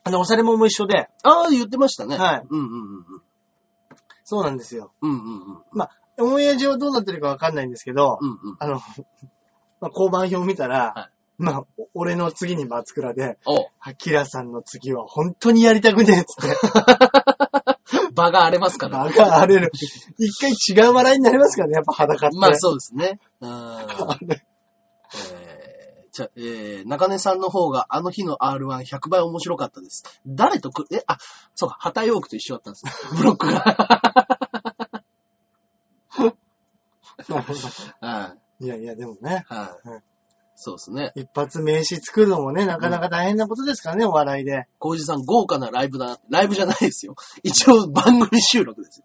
[SPEAKER 2] あの、おしゃれもんも一緒で。
[SPEAKER 1] ああ、言ってましたね。
[SPEAKER 2] はい。
[SPEAKER 1] うんうんうん
[SPEAKER 2] そうなんですよ。
[SPEAKER 1] うん。うんうんうん。
[SPEAKER 2] オンエア上どうなってるかわかんないんですけど、
[SPEAKER 1] うんうん。
[SPEAKER 2] あの、 (laughs) まあ、交番表見たら、
[SPEAKER 1] はい
[SPEAKER 2] まあ、お俺の次に松倉で、
[SPEAKER 1] お
[SPEAKER 2] アキラさんの次は本当にやりたくねえっつって、
[SPEAKER 1] 場が荒れますから。
[SPEAKER 2] バカ荒れる。一回違う笑いになりますからね、やっぱ裸って。
[SPEAKER 1] まあそうですね。うん。
[SPEAKER 2] あれ
[SPEAKER 1] えーじゃ、えー、中根さんの方があの日の R1100 倍面白かったです。誰とく、え、あ、そうか、旗ヨークと一緒だったんですね。 (laughs) ブロック
[SPEAKER 2] (laughs)
[SPEAKER 1] が。はい
[SPEAKER 2] (laughs) いやいや、でもね、
[SPEAKER 1] はい
[SPEAKER 2] うん
[SPEAKER 1] そうですね。
[SPEAKER 2] 一発名刺作るのもね、なかなか大変なことですからね、お笑いで。
[SPEAKER 1] コウジさん、豪華なライブだ。ライブじゃないですよ。一応、番組収録です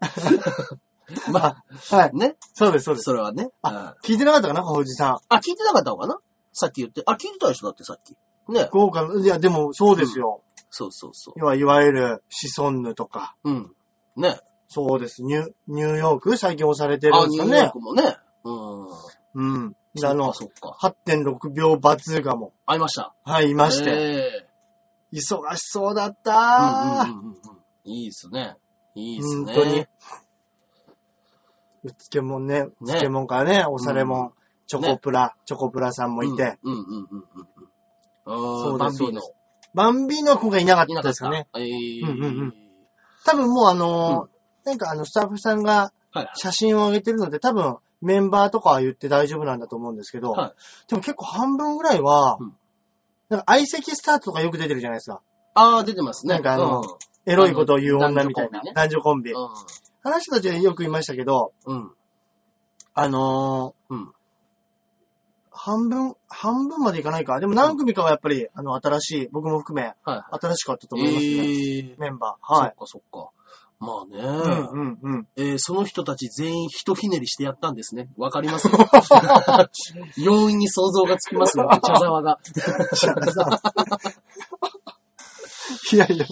[SPEAKER 1] よ。
[SPEAKER 2] (laughs)
[SPEAKER 1] まあ、
[SPEAKER 2] はい。
[SPEAKER 1] ね。
[SPEAKER 2] そうです、そうです。
[SPEAKER 1] それはね。うん
[SPEAKER 2] あ、聞いてなかったかな、ほうじさん。
[SPEAKER 1] あ、聞いてなかったのかなさっき言って。あ、聞いてたでしょだってさっき。ね。
[SPEAKER 2] 豪華な、いや、でもそうですよ。
[SPEAKER 1] そうそうそ
[SPEAKER 2] 要はいわゆる、シソンヌとか。
[SPEAKER 1] う。うん。ね。
[SPEAKER 2] そうです。ニュニューヨーク最近押されてる
[SPEAKER 1] あ、
[SPEAKER 2] んで
[SPEAKER 1] ニュ
[SPEAKER 2] すよ
[SPEAKER 1] ーヨー
[SPEAKER 2] ね。
[SPEAKER 1] クもね。うん。
[SPEAKER 2] うん。で
[SPEAKER 1] あ
[SPEAKER 2] あの
[SPEAKER 1] の、、そっか。
[SPEAKER 2] 8.6秒バズーガも、
[SPEAKER 1] 会いました。
[SPEAKER 2] はい、いまして、
[SPEAKER 1] え
[SPEAKER 2] 忙しそうだった
[SPEAKER 1] えうんうんうんう
[SPEAKER 2] ー、
[SPEAKER 1] んうん。いいですね。いいですね。
[SPEAKER 2] 本当に。うつけもんね、うつけもんからね、おされもん、チョコプラ、チョコプラさんもいて、
[SPEAKER 1] うん。うんうんうんうんうん。あ
[SPEAKER 2] そ
[SPEAKER 1] ー
[SPEAKER 2] う
[SPEAKER 1] バ
[SPEAKER 2] で
[SPEAKER 1] ン
[SPEAKER 2] す
[SPEAKER 1] ビーノ。
[SPEAKER 2] バンビーノ子がいなかっ
[SPEAKER 1] い
[SPEAKER 2] た
[SPEAKER 1] なか
[SPEAKER 2] で
[SPEAKER 1] っ
[SPEAKER 2] す
[SPEAKER 1] た
[SPEAKER 2] かね。。
[SPEAKER 1] ええ
[SPEAKER 2] うんうんうん多分もうあのーなんかあの、スタッフさんが
[SPEAKER 1] はい。
[SPEAKER 2] 写真を上げてるので、多分メンバーとかは言って大丈夫なんだと思うんですけど、
[SPEAKER 1] はい
[SPEAKER 2] でも結構半分ぐらいは、
[SPEAKER 1] うん
[SPEAKER 2] なんか相席スタートとかよく出てるじゃないですか。
[SPEAKER 1] ああ、出てますね。
[SPEAKER 2] なんかあの
[SPEAKER 1] うん
[SPEAKER 2] エロいことを言う女みたいな
[SPEAKER 1] あの
[SPEAKER 2] 男女コンビ。話したちはよく言いましたけど、
[SPEAKER 1] うん。
[SPEAKER 2] あの
[SPEAKER 1] うん。
[SPEAKER 2] ー半分、半分までいかないか。でも何組かはやっぱり、あの、新しい、僕も含め、
[SPEAKER 1] は
[SPEAKER 2] 新しかったと
[SPEAKER 1] い。
[SPEAKER 2] 思いますね。
[SPEAKER 1] ええ
[SPEAKER 2] メンバー。
[SPEAKER 1] そ
[SPEAKER 2] は
[SPEAKER 1] っ
[SPEAKER 2] い。
[SPEAKER 1] かそっか。まあね、
[SPEAKER 2] うんうんうん。
[SPEAKER 1] えーその人たち全員ひとひねりしてやったんですね。わかり
[SPEAKER 2] (laughs)
[SPEAKER 1] ます容易に想像がつきますよ、茶沢が。
[SPEAKER 2] いやいや。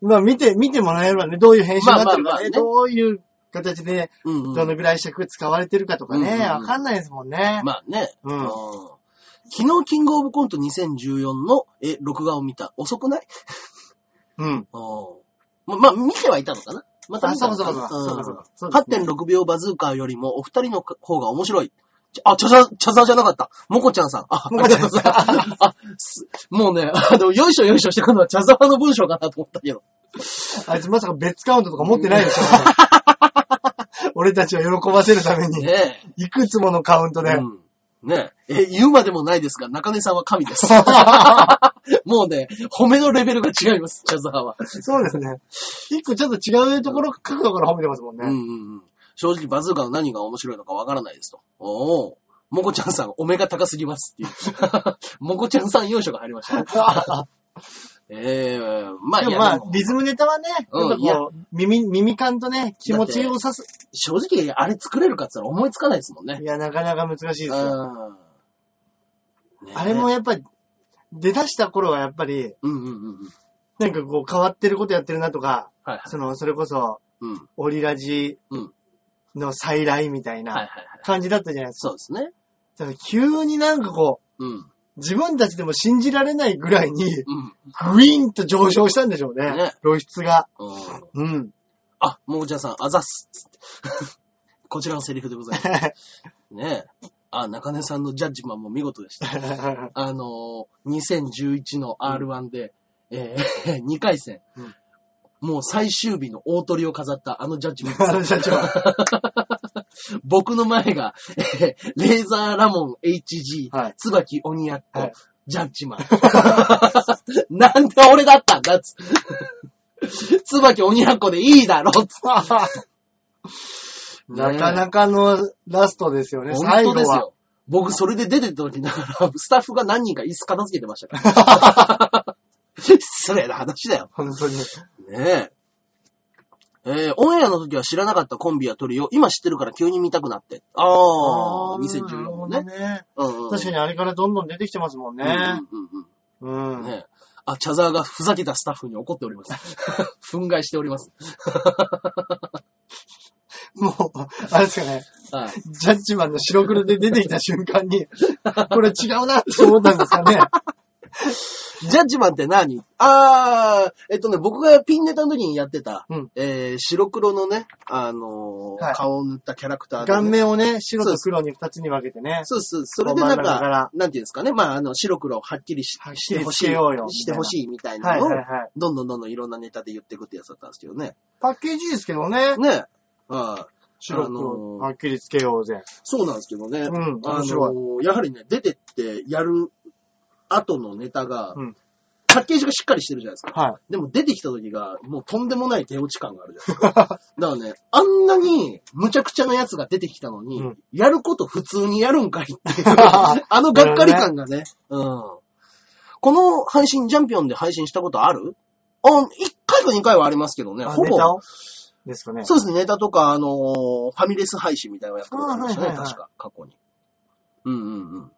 [SPEAKER 2] まあ見て、見てもらえればね、どういう編集になってる
[SPEAKER 1] まあまあま
[SPEAKER 2] か
[SPEAKER 1] あ
[SPEAKER 2] ね、
[SPEAKER 1] ね
[SPEAKER 2] どういう形で、
[SPEAKER 1] うん、う
[SPEAKER 2] (laughs)
[SPEAKER 1] ん。
[SPEAKER 2] どのぐらい尺使われてるかとか
[SPEAKER 1] うんうん
[SPEAKER 2] ね、
[SPEAKER 1] うん
[SPEAKER 2] わかんないですもんね。
[SPEAKER 1] まあね。
[SPEAKER 2] うん
[SPEAKER 1] あー昨日、キングオブコント2014の、え、録画を見た。遅くない
[SPEAKER 2] うん。
[SPEAKER 1] あーま、まあ、見てはいたのかなまた
[SPEAKER 2] あ、
[SPEAKER 1] 見た
[SPEAKER 2] そう
[SPEAKER 1] の
[SPEAKER 2] かそう
[SPEAKER 1] か
[SPEAKER 2] かそうか。そうかそう
[SPEAKER 1] な
[SPEAKER 2] か。そうですね
[SPEAKER 1] 8.6秒バズーカーよりもお二人の方が面白い。ちあ、茶沢、茶沢じゃなかった。もこちゃんさん。あ、
[SPEAKER 2] もこちゃん
[SPEAKER 1] ありがとうございます。あ、すもうね、あの、よいしょよいしょしてくるのは茶沢の文章かなと思ったけど。
[SPEAKER 2] あいつまさか別カウントとか持ってない (laughs) でしょ。俺たちを喜ばせるために、
[SPEAKER 1] (laughs) ね
[SPEAKER 2] いくつものカウント
[SPEAKER 1] え。
[SPEAKER 2] で。
[SPEAKER 1] うん。ねえ。え、言うまでもないですが、中根さんは神
[SPEAKER 2] (laughs)
[SPEAKER 1] です。もうね、褒めのレベルが違います、茶沢は。
[SPEAKER 2] そうですね。一個ちょっと違うところ、角度から褒めてますもんね。 (laughs)
[SPEAKER 1] うんうんうん。正直、バズーカの何が面白いのかわからないですと。おお。もこちゃんさん、お目が高すぎますっていう。 (laughs) もこちゃんさん要所が入りましたね。ええまあ、
[SPEAKER 2] で
[SPEAKER 1] い
[SPEAKER 2] も
[SPEAKER 1] や、
[SPEAKER 2] まあ
[SPEAKER 1] でも、
[SPEAKER 2] リズムネタはね、
[SPEAKER 1] うん
[SPEAKER 2] やっぱ
[SPEAKER 1] いや
[SPEAKER 2] こう、耳、耳感とね、気持ちをさす。
[SPEAKER 1] 正直、あれ作れるかって言ったら思いつかないですもんね。
[SPEAKER 2] いや、なかなか難しいです
[SPEAKER 1] う
[SPEAKER 2] よ。
[SPEAKER 1] ん。ねえ
[SPEAKER 2] あれも、やっぱり、出だした頃はやっぱり、
[SPEAKER 1] うんうんうんうん。
[SPEAKER 2] なんかこう変わってることやってるなとか、
[SPEAKER 1] はいはい。
[SPEAKER 2] その、それこそ、
[SPEAKER 1] うん。
[SPEAKER 2] オリラジ
[SPEAKER 1] うん
[SPEAKER 2] の再来みたい
[SPEAKER 1] はいはい
[SPEAKER 2] な
[SPEAKER 1] はい。
[SPEAKER 2] 感じだったじゃないです
[SPEAKER 1] そうですね。
[SPEAKER 2] か。だから急になんかこう、
[SPEAKER 1] うん。
[SPEAKER 2] 自分たちでも信じられないぐらいに、
[SPEAKER 1] うん。
[SPEAKER 2] グイーンと上昇したんでしょうね。
[SPEAKER 1] ね
[SPEAKER 2] 露出が。
[SPEAKER 1] うん
[SPEAKER 2] うん。
[SPEAKER 1] あ、ももちゃんさん、あざっす。つって (laughs) こちらのセリフでございます。ねえ。あ、中根さんのジャッジマンも見事でした。あのー、2011の R1 で、えー、2回 (laughs) 戦、
[SPEAKER 2] うん
[SPEAKER 1] もう最終日の大鳥を飾ったあのジャッジマン。
[SPEAKER 2] (laughs) あの社長。
[SPEAKER 1] 僕の前が、えーレーザーラモン HG、
[SPEAKER 2] はい
[SPEAKER 1] 椿鬼奴、
[SPEAKER 2] はい
[SPEAKER 1] ジャッジマン。 (laughs) なんで俺だったんだっつ。
[SPEAKER 2] (laughs)
[SPEAKER 1] 椿鬼奴でいいだろっつ。
[SPEAKER 2] なかなかのラストですよね、最
[SPEAKER 1] 本
[SPEAKER 2] 後
[SPEAKER 1] 当です
[SPEAKER 2] は。
[SPEAKER 1] よ。僕、それで出てた時ながら、 (laughs) スタッフが何人か椅子片付けてましたから。 (laughs) 失礼な話だよ。
[SPEAKER 2] 本当に。
[SPEAKER 1] ねえ。えーオンエアの時は知らなかったコンビやトリオ、今知ってるから急に見たくなって。ああ、2014もね。
[SPEAKER 2] ね。
[SPEAKER 1] うんうん
[SPEAKER 2] 確かにあれからどんどん出てきてますもんね。
[SPEAKER 1] うんうん
[SPEAKER 2] う
[SPEAKER 1] うんうん
[SPEAKER 2] ん。
[SPEAKER 1] ねえあ、茶沢がふざけたスタッフに怒っており (laughs) ます。憤慨しております。
[SPEAKER 2] もう、あれですかね、
[SPEAKER 1] はい。
[SPEAKER 2] ジャッジマンの白黒で出てきた瞬間に、これ違うなって思ったんですか
[SPEAKER 1] (laughs)
[SPEAKER 2] ね。
[SPEAKER 1] ジャッジマンって何あー、えっとね、僕がピンネタの時にやってた、
[SPEAKER 2] うん
[SPEAKER 1] えー、白黒のね、あのー
[SPEAKER 2] はい
[SPEAKER 1] 顔を塗ったキャラクターでね、
[SPEAKER 2] 顔面をね、白と黒に二つに分けてね。
[SPEAKER 1] そうそう。それでなん
[SPEAKER 2] 真ん中から
[SPEAKER 1] か、なんていうんですかね。まあ、あの、白黒をはっきりし
[SPEAKER 2] はっき
[SPEAKER 1] し
[SPEAKER 2] り
[SPEAKER 1] てほし
[SPEAKER 2] つけ
[SPEAKER 1] い
[SPEAKER 2] ようよみたい。な
[SPEAKER 1] してほしいみたいな
[SPEAKER 2] はい
[SPEAKER 1] のを
[SPEAKER 2] はい、はい。
[SPEAKER 1] どんどんどんどんいろんなネタで言ってくってやつだったんですけどね。
[SPEAKER 2] パッケージですけどね。
[SPEAKER 1] ねえ。ああ
[SPEAKER 2] 白
[SPEAKER 1] あ
[SPEAKER 2] 黒、
[SPEAKER 1] のー
[SPEAKER 2] はっきりつけようぜ。
[SPEAKER 1] そうなんですけどね。
[SPEAKER 2] うん
[SPEAKER 1] あ
[SPEAKER 2] 面白
[SPEAKER 1] の、やはりね、出てってやる後のネタが、
[SPEAKER 2] うん
[SPEAKER 1] パッケージがしっかりしてるじゃないですか。
[SPEAKER 2] は
[SPEAKER 1] でも出てきた時が、もうとんでもない手落ち感があるじゃないですか。
[SPEAKER 2] (laughs)
[SPEAKER 1] だからね、あんなに無茶苦茶なやつが出てきたのに、
[SPEAKER 2] うん
[SPEAKER 1] やること普通にやるんかい
[SPEAKER 2] (laughs)
[SPEAKER 1] っていう、あのがっかり感がね、うん。この配信、ジャンピオンで配信したことあるあ、1回か2回はありますけどね、
[SPEAKER 2] い。あ
[SPEAKER 1] ほ
[SPEAKER 2] ネタ
[SPEAKER 1] ぼ。
[SPEAKER 2] をですかね。
[SPEAKER 1] そうですね、ネタとか、あのーファミレス配信みたいなのやってことありましたね、
[SPEAKER 2] あはいはいはい
[SPEAKER 1] 確か、過去に。うんうんうん。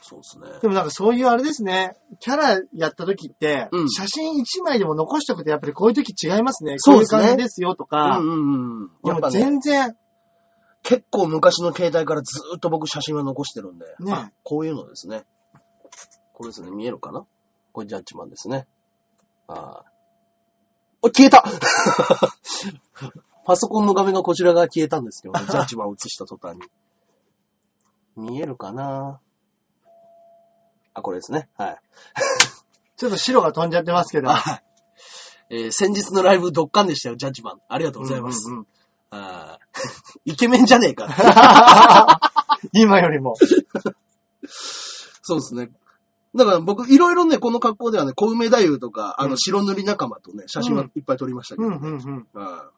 [SPEAKER 1] そうですね。
[SPEAKER 2] でもなんかそういうあれですね、キャラやった時って、
[SPEAKER 1] うん
[SPEAKER 2] 写真1枚でも残しておくとやっぱりこういう時違いますね。
[SPEAKER 1] そうですね
[SPEAKER 2] こういう感じですよとか、
[SPEAKER 1] うんうんうん。
[SPEAKER 2] で
[SPEAKER 1] やっ
[SPEAKER 2] も
[SPEAKER 1] ぱね、
[SPEAKER 2] 全然、
[SPEAKER 1] 結構昔の携帯からずーっと僕写真は残してるんで、
[SPEAKER 2] ね
[SPEAKER 1] あこういうのですね。これですね、見えるかなこれジャッジマンですね。あーお、消えた (laughs) パソコンの画面がこちらが消えたんですけど
[SPEAKER 2] (laughs)
[SPEAKER 1] ね、ジャッジマンを映した途端に。見えるかなあ、これですね。はい。
[SPEAKER 2] ちょっと白が飛んじゃってますけど。
[SPEAKER 1] はい。えー先日のライブ、ドッカンでしたよ、ジャッジマン。ありがとうございます。
[SPEAKER 2] うんうんうん
[SPEAKER 1] あー (laughs) イケメンじゃねえか。
[SPEAKER 2] 今よりも。
[SPEAKER 1] そうですね。だから僕、いろいろね、この格好ではね、小梅太夫とか、あ
[SPEAKER 2] うん
[SPEAKER 1] の、白塗り仲間とね、写真
[SPEAKER 2] う
[SPEAKER 1] は
[SPEAKER 2] ん
[SPEAKER 1] いっぱい撮りましたけ
[SPEAKER 2] う
[SPEAKER 1] ど
[SPEAKER 2] ん
[SPEAKER 1] ね。
[SPEAKER 2] うん
[SPEAKER 1] うん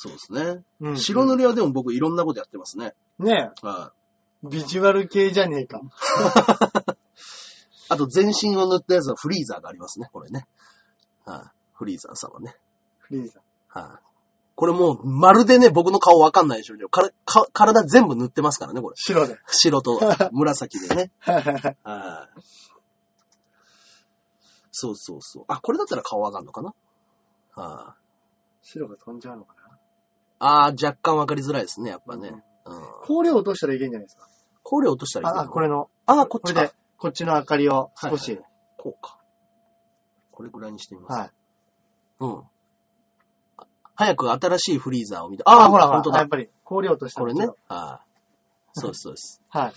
[SPEAKER 1] そうですね。
[SPEAKER 2] うん。
[SPEAKER 1] 白
[SPEAKER 2] の
[SPEAKER 1] 塗りはでも僕、いろんなことやってますね。
[SPEAKER 2] ね
[SPEAKER 1] は
[SPEAKER 2] ビジュアル系じゃねえか。
[SPEAKER 1] あと全身を塗ったやつはフリーザーがありますね、これね。はい、フリーザー様ね。
[SPEAKER 2] フリーザ。
[SPEAKER 1] はい、これもう、まるでね、僕の顔わかんないでしょうけど、からか体全部塗ってますからね、これ。(laughs)
[SPEAKER 2] 白で。
[SPEAKER 1] 白と紫でね。はい、そうそうそう。あ、これだったら顔わかんのかなはい、
[SPEAKER 2] 白が飛んじゃうのかな
[SPEAKER 1] あ。あー、若干わかりづらいですね、やっぱね。うん。
[SPEAKER 2] 光量をどうしたらいけんじゃないですか。
[SPEAKER 1] 香料落としたらいい
[SPEAKER 2] あ、あこ
[SPEAKER 1] れ。
[SPEAKER 2] れの。
[SPEAKER 1] あー、こっ
[SPEAKER 2] こ
[SPEAKER 1] ち
[SPEAKER 2] れ
[SPEAKER 1] か。
[SPEAKER 2] で、こっちの明かりを少
[SPEAKER 1] は
[SPEAKER 2] し。
[SPEAKER 1] いはいこうか。これぐらいにしてみます。
[SPEAKER 2] はい
[SPEAKER 1] うん。早く新しいフリーザーを見て。
[SPEAKER 2] あ
[SPEAKER 1] ああ、
[SPEAKER 2] ほら
[SPEAKER 1] ほ
[SPEAKER 2] ほ
[SPEAKER 1] ん
[SPEAKER 2] ら
[SPEAKER 1] と、
[SPEAKER 2] や
[SPEAKER 1] だ
[SPEAKER 2] っ。ぱり、光量として
[SPEAKER 1] こ
[SPEAKER 2] は
[SPEAKER 1] れね。はい。そうです、そうです。
[SPEAKER 2] は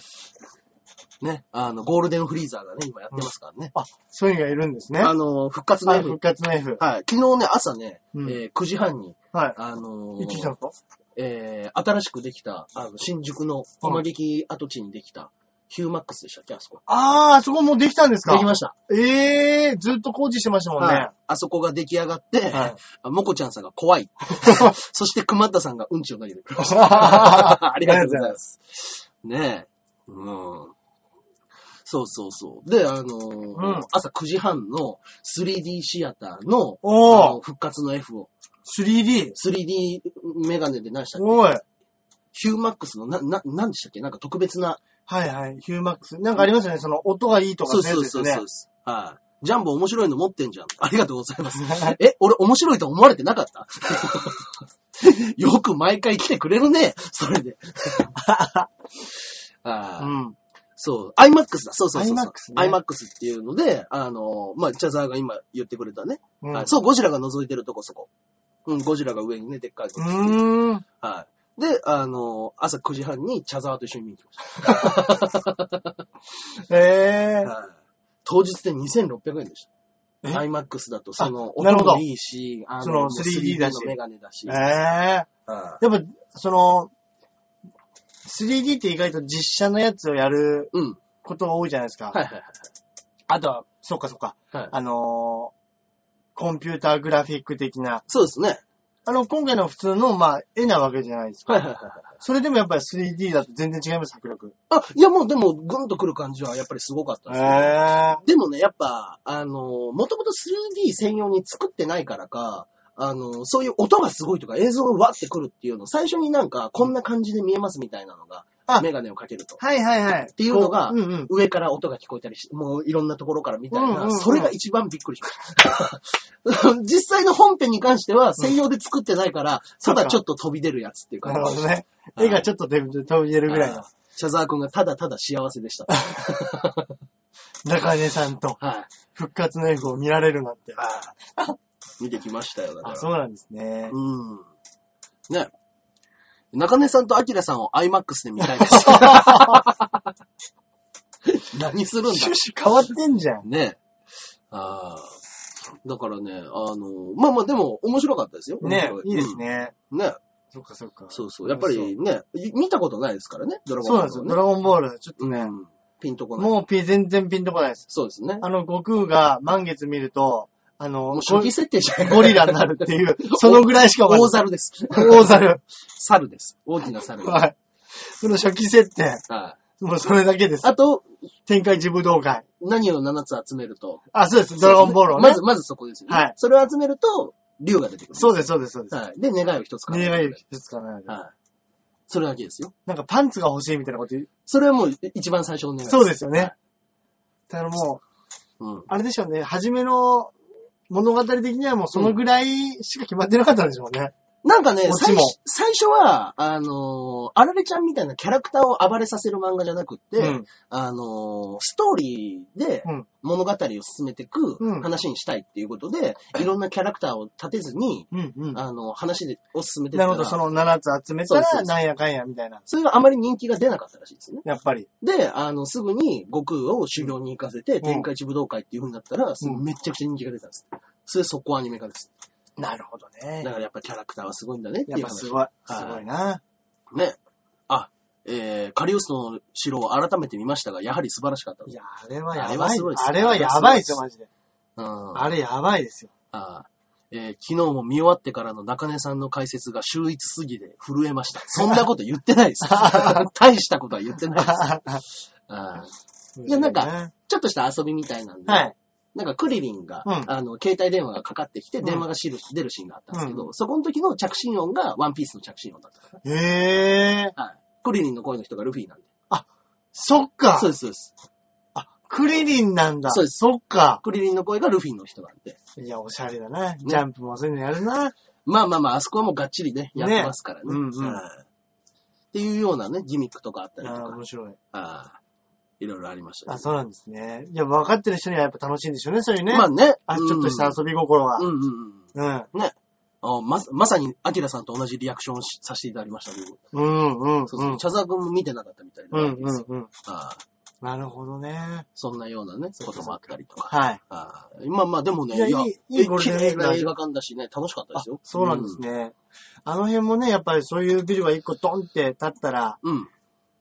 [SPEAKER 2] い。
[SPEAKER 1] ね。あの、ゴールデンフリーザーがね、今やってますからね。
[SPEAKER 2] あ、そういうのがいるんですね。
[SPEAKER 1] あの、復活の
[SPEAKER 2] はい、
[SPEAKER 1] F
[SPEAKER 2] 復。活の F。
[SPEAKER 1] はい。昨日ね、朝ね、
[SPEAKER 2] うん
[SPEAKER 1] えー9時半に、
[SPEAKER 2] はい。
[SPEAKER 1] あの
[SPEAKER 2] 行ってきた
[SPEAKER 1] ー
[SPEAKER 2] のか
[SPEAKER 1] えー新しくできた、あの、新宿の今劇跡地にできた、ヒューマックスでしたっけ、あそこ。
[SPEAKER 2] あー、あそこもうできたんですか
[SPEAKER 1] できました。
[SPEAKER 2] ええー、ずっと工事してましたもんね。
[SPEAKER 1] はいあそこが出来上がって、
[SPEAKER 2] はい
[SPEAKER 1] あもこちゃんさんが
[SPEAKER 2] (laughs)
[SPEAKER 1] 怖い。そして熊田さんがうんちを投げてくれました。ありがとうございます。ねえ。うん。そうそうそう。で、あのー
[SPEAKER 2] うん
[SPEAKER 1] 朝9時半の 3D シアターの
[SPEAKER 2] おー
[SPEAKER 1] あの復活の F を
[SPEAKER 2] 3D。
[SPEAKER 1] 3D メガネで何でしたっけ
[SPEAKER 2] おい。
[SPEAKER 1] ヒューマックスのな、な、何でしたっけなんか特別な。
[SPEAKER 2] はいはい。ヒューマックス。なんかありますよね。その音がいいとか
[SPEAKER 1] そう
[SPEAKER 2] のや
[SPEAKER 1] そう
[SPEAKER 2] つです
[SPEAKER 1] そ
[SPEAKER 2] よ
[SPEAKER 1] う
[SPEAKER 2] ね。
[SPEAKER 1] そうです。はい。ジャンボ面白いの持ってんじ (laughs) ゃん。ありがとうござ
[SPEAKER 2] (laughs)
[SPEAKER 1] います。え、俺面白いと思われてなかった (laughs) よく毎回来てくれるね。それ
[SPEAKER 2] (laughs)
[SPEAKER 1] で。あー
[SPEAKER 2] うん。
[SPEAKER 1] そう。IMAX だ。そうそうそうそう。
[SPEAKER 2] IMAX ね
[SPEAKER 1] IMAX っていうので、あの、まあ、チャザーが今言ってくれたね。
[SPEAKER 2] うん。
[SPEAKER 1] はいそう、ゴジラが覗いてるとこそこ。うん、ゴジラが上にね、でっかいの
[SPEAKER 2] うーん。
[SPEAKER 1] はい。で、あの、朝9時半にチャザーと一緒に見に行きまし
[SPEAKER 2] ええ
[SPEAKER 1] た。はい当日で2600円でした。
[SPEAKER 2] え
[SPEAKER 1] IMAX だと、その、
[SPEAKER 2] あな
[SPEAKER 1] 音
[SPEAKER 2] るほど
[SPEAKER 1] もいいし、あ
[SPEAKER 2] その
[SPEAKER 1] の、
[SPEAKER 2] 3D だし
[SPEAKER 1] のメガネだし。
[SPEAKER 2] ええ
[SPEAKER 1] はい
[SPEAKER 2] やっぱ、その、3D って意外と実写のやつをやる
[SPEAKER 1] うん。
[SPEAKER 2] ことが多いじゃないです
[SPEAKER 1] は
[SPEAKER 2] か。
[SPEAKER 1] いはいはい。
[SPEAKER 2] あとは、そっかそっか。
[SPEAKER 1] はい
[SPEAKER 2] あのーコンピューターグラフィック的な。
[SPEAKER 1] そうですね。
[SPEAKER 2] あの、今回の普通の、まあ、絵なわけじゃないですか。
[SPEAKER 1] はいはいはいはい。
[SPEAKER 2] それでもやっぱり 3D だと全然違います、迫力。
[SPEAKER 1] あ、いやもうでも、ぐんと来る感じはやっぱりすごかったですね。
[SPEAKER 2] え
[SPEAKER 1] でもね、やっぱ、あの、もともと 3D 専用に作ってないからか、あの、そういう音がすごいとか映像がわってくるっていうの、最初になんか、こんな感じで見えますみたいなのが
[SPEAKER 2] あ、
[SPEAKER 1] メガネをかけると。
[SPEAKER 2] はいはいはい。って
[SPEAKER 1] いうのが
[SPEAKER 2] うんうん。
[SPEAKER 1] 上から音が聞こえたりし、もういろんなところからみたい
[SPEAKER 2] うんうんう
[SPEAKER 1] な、
[SPEAKER 2] ん
[SPEAKER 1] それが一番びっくり (laughs) しました。実際の本編に関しては専用で作ってないから、ただちょっと飛び出るやつっていう
[SPEAKER 2] な
[SPEAKER 1] 感
[SPEAKER 2] る
[SPEAKER 1] じ
[SPEAKER 2] ほどね。絵がちょっと飛び出るぐらいの
[SPEAKER 1] あ。シャザー君がただただ幸せでした。
[SPEAKER 2] 中根さんと
[SPEAKER 1] はい。
[SPEAKER 2] 復活の F を見られるなんて。
[SPEAKER 1] 見てきましたよ、だから。
[SPEAKER 2] あ、そうなんですね。
[SPEAKER 1] うん。ね。中根さんとアキラさんを IMAX で見たい
[SPEAKER 2] (laughs)
[SPEAKER 1] です。何するんだ
[SPEAKER 2] 趣旨変わってんじゃん。
[SPEAKER 1] ね。ああ。だからね、あの、まあまあでも面白かったですよ。
[SPEAKER 2] ね
[SPEAKER 1] 面白
[SPEAKER 2] いいです。ね。
[SPEAKER 1] うんね。
[SPEAKER 2] そっかそっか。
[SPEAKER 1] そうそう。やっぱりね、い見たことないですからね、ドラ
[SPEAKER 2] そう
[SPEAKER 1] ゴ
[SPEAKER 2] な
[SPEAKER 1] ン
[SPEAKER 2] んです
[SPEAKER 1] ボール
[SPEAKER 2] よ。ド
[SPEAKER 1] は
[SPEAKER 2] ラゴンボール、ちょっと
[SPEAKER 1] ね。
[SPEAKER 2] ね、
[SPEAKER 1] うんピンとこない。
[SPEAKER 2] もうピ全然ピンとこないです。
[SPEAKER 1] そうですね。
[SPEAKER 2] あの、悟空が満月見ると、あの
[SPEAKER 1] もう、初期設定じゃない
[SPEAKER 2] ゴリラになる
[SPEAKER 1] (laughs)
[SPEAKER 2] っていう、そのぐらいしかわかん
[SPEAKER 1] 大
[SPEAKER 2] ない。
[SPEAKER 1] 猿です。
[SPEAKER 2] 大 (laughs) 猿。
[SPEAKER 1] 猿です。大きな猿
[SPEAKER 2] (laughs)
[SPEAKER 1] です。
[SPEAKER 2] はい。その初期設定。
[SPEAKER 1] はい
[SPEAKER 2] もうそれだけです。
[SPEAKER 1] あと、
[SPEAKER 2] 展開自武道会。
[SPEAKER 1] 何を7つ集めると、
[SPEAKER 2] あ、そうです。ドラゴンボールをね。
[SPEAKER 1] まず、まずそこですよね。
[SPEAKER 2] はい
[SPEAKER 1] それを集めると、竜が出てくる。
[SPEAKER 2] そうです、そうです、そうです。
[SPEAKER 1] はい。で、願いを一つ叶え
[SPEAKER 2] 願
[SPEAKER 1] て
[SPEAKER 2] い
[SPEAKER 1] く
[SPEAKER 2] を
[SPEAKER 1] れる
[SPEAKER 2] 一つかな。
[SPEAKER 1] はい。それだけですよ。
[SPEAKER 2] なんかパンツが欲しいみたいなこと言う。
[SPEAKER 1] それはもう一番最初の願い。
[SPEAKER 2] そうですよね。だからもう、
[SPEAKER 1] うん。
[SPEAKER 2] あれでしょうね。初めの物語的にはもうそのぐらいしか決まってなかったんでしょうね。
[SPEAKER 1] なんかね、
[SPEAKER 2] オチ
[SPEAKER 1] 最
[SPEAKER 2] も
[SPEAKER 1] 初最初は、あのー、アラレちゃんみたいなキャラクターを暴れさせる漫画じゃなくって、
[SPEAKER 2] うん
[SPEAKER 1] あのー、ストーリーで
[SPEAKER 2] うん
[SPEAKER 1] 物語を進めていく
[SPEAKER 2] うん
[SPEAKER 1] 話にしたいっていうことで、いろんなキャラクターを立てずに、
[SPEAKER 2] うんうん。な
[SPEAKER 1] あのー、話でを進めてい
[SPEAKER 2] る
[SPEAKER 1] っ
[SPEAKER 2] ほ
[SPEAKER 1] た
[SPEAKER 2] ど、そ
[SPEAKER 1] ら、
[SPEAKER 2] の7つ集めた
[SPEAKER 1] そうですそう
[SPEAKER 2] ら、
[SPEAKER 1] です
[SPEAKER 2] なんやかんやみたいな。
[SPEAKER 1] それがあまり人気が出なかったらしいですね。
[SPEAKER 2] やっぱり。
[SPEAKER 1] で、あの、すぐに悟空を修行に行かせて、天下一武道会っていう風になったら、す
[SPEAKER 2] うん
[SPEAKER 1] めちゃくちゃ人気が出たんです。それ速攻アニメ化です。
[SPEAKER 2] なるほど
[SPEAKER 1] だ
[SPEAKER 2] ね
[SPEAKER 1] か。らやっぱキャラクターはすごいんだねって
[SPEAKER 2] やっ
[SPEAKER 1] いう
[SPEAKER 2] ぱ
[SPEAKER 1] 話。
[SPEAKER 2] すごい。すごいな。
[SPEAKER 1] ね。あ、えー、カリオスの城を改めて見ましたが、やはり素晴らしかった
[SPEAKER 2] い。や、あれはや
[SPEAKER 1] あれ
[SPEAKER 2] ば
[SPEAKER 1] はいすごいで。す
[SPEAKER 2] あれはやばいですよ、マジで。
[SPEAKER 1] うん。
[SPEAKER 2] あれやばいですよ。
[SPEAKER 1] あえー昨日も見終わってからの中根さんの解説が秀逸すぎで震えました。そんなこと言ってない
[SPEAKER 2] (laughs)
[SPEAKER 1] です。大したことは言ってないです。あーいやなんか、ちょっとした遊びみたいなんで、
[SPEAKER 2] はい。
[SPEAKER 1] なんかクリリンが、
[SPEAKER 2] うん
[SPEAKER 1] あの、携帯電話がかかってきて、
[SPEAKER 2] うん
[SPEAKER 1] 電話がしる出るシーンがあったんですけど、そこの時の着信音がワンピースの着信音だったか
[SPEAKER 2] へえ。
[SPEAKER 1] ら。はい。クリリンの声の人がルフィなんで。
[SPEAKER 2] そっか
[SPEAKER 1] そう。です、そうです。
[SPEAKER 2] クリリンなんだ。
[SPEAKER 1] そうです
[SPEAKER 2] そっか。
[SPEAKER 1] クリリンの声がルフィの人なんで。
[SPEAKER 2] いや、おしゃれだな。ジャンプもそういうのやるな。
[SPEAKER 1] まあまあまあ、あそこはもうがっちりね、やってますからね。
[SPEAKER 2] ねうんうん
[SPEAKER 1] はいっていうようなね、ギミックとかあったりと
[SPEAKER 2] あー
[SPEAKER 1] か、
[SPEAKER 2] 面白い。
[SPEAKER 1] ああいろいろありました
[SPEAKER 2] あ、
[SPEAKER 1] け
[SPEAKER 2] そうなんですね。いや、分かってる人にはやっぱ楽しいんでしょうね、そういう
[SPEAKER 1] ど
[SPEAKER 2] ね。
[SPEAKER 1] まあね。
[SPEAKER 2] あ、ちょっとした遊び心が。
[SPEAKER 1] うんうん
[SPEAKER 2] う
[SPEAKER 1] うん。
[SPEAKER 2] ん。
[SPEAKER 1] あまさ、まさに、アキラさんと同じリアクションをしさせていただきましたけど、
[SPEAKER 2] うん、うん、うん。
[SPEAKER 1] そうそう、チャザー君も見てなかったみたいな
[SPEAKER 2] うん
[SPEAKER 1] わけで
[SPEAKER 2] う
[SPEAKER 1] す
[SPEAKER 2] ん
[SPEAKER 1] よ、
[SPEAKER 2] うん。
[SPEAKER 1] ああ
[SPEAKER 2] なるほどね。
[SPEAKER 1] そんなようなね、こともあったりとか。
[SPEAKER 2] はい。
[SPEAKER 1] ああまあまあ、でもね、
[SPEAKER 2] いやいいいい
[SPEAKER 1] え
[SPEAKER 2] ゴール
[SPEAKER 1] 綺
[SPEAKER 2] デンウィー
[SPEAKER 1] 麗
[SPEAKER 2] クだ
[SPEAKER 1] な
[SPEAKER 2] ね
[SPEAKER 1] 映画館だしね、楽しかった
[SPEAKER 2] あ
[SPEAKER 1] ですよ。
[SPEAKER 2] そうなんですね。あの辺もね、やっぱりそういうビルが一個ドンって立ったら、
[SPEAKER 1] うん。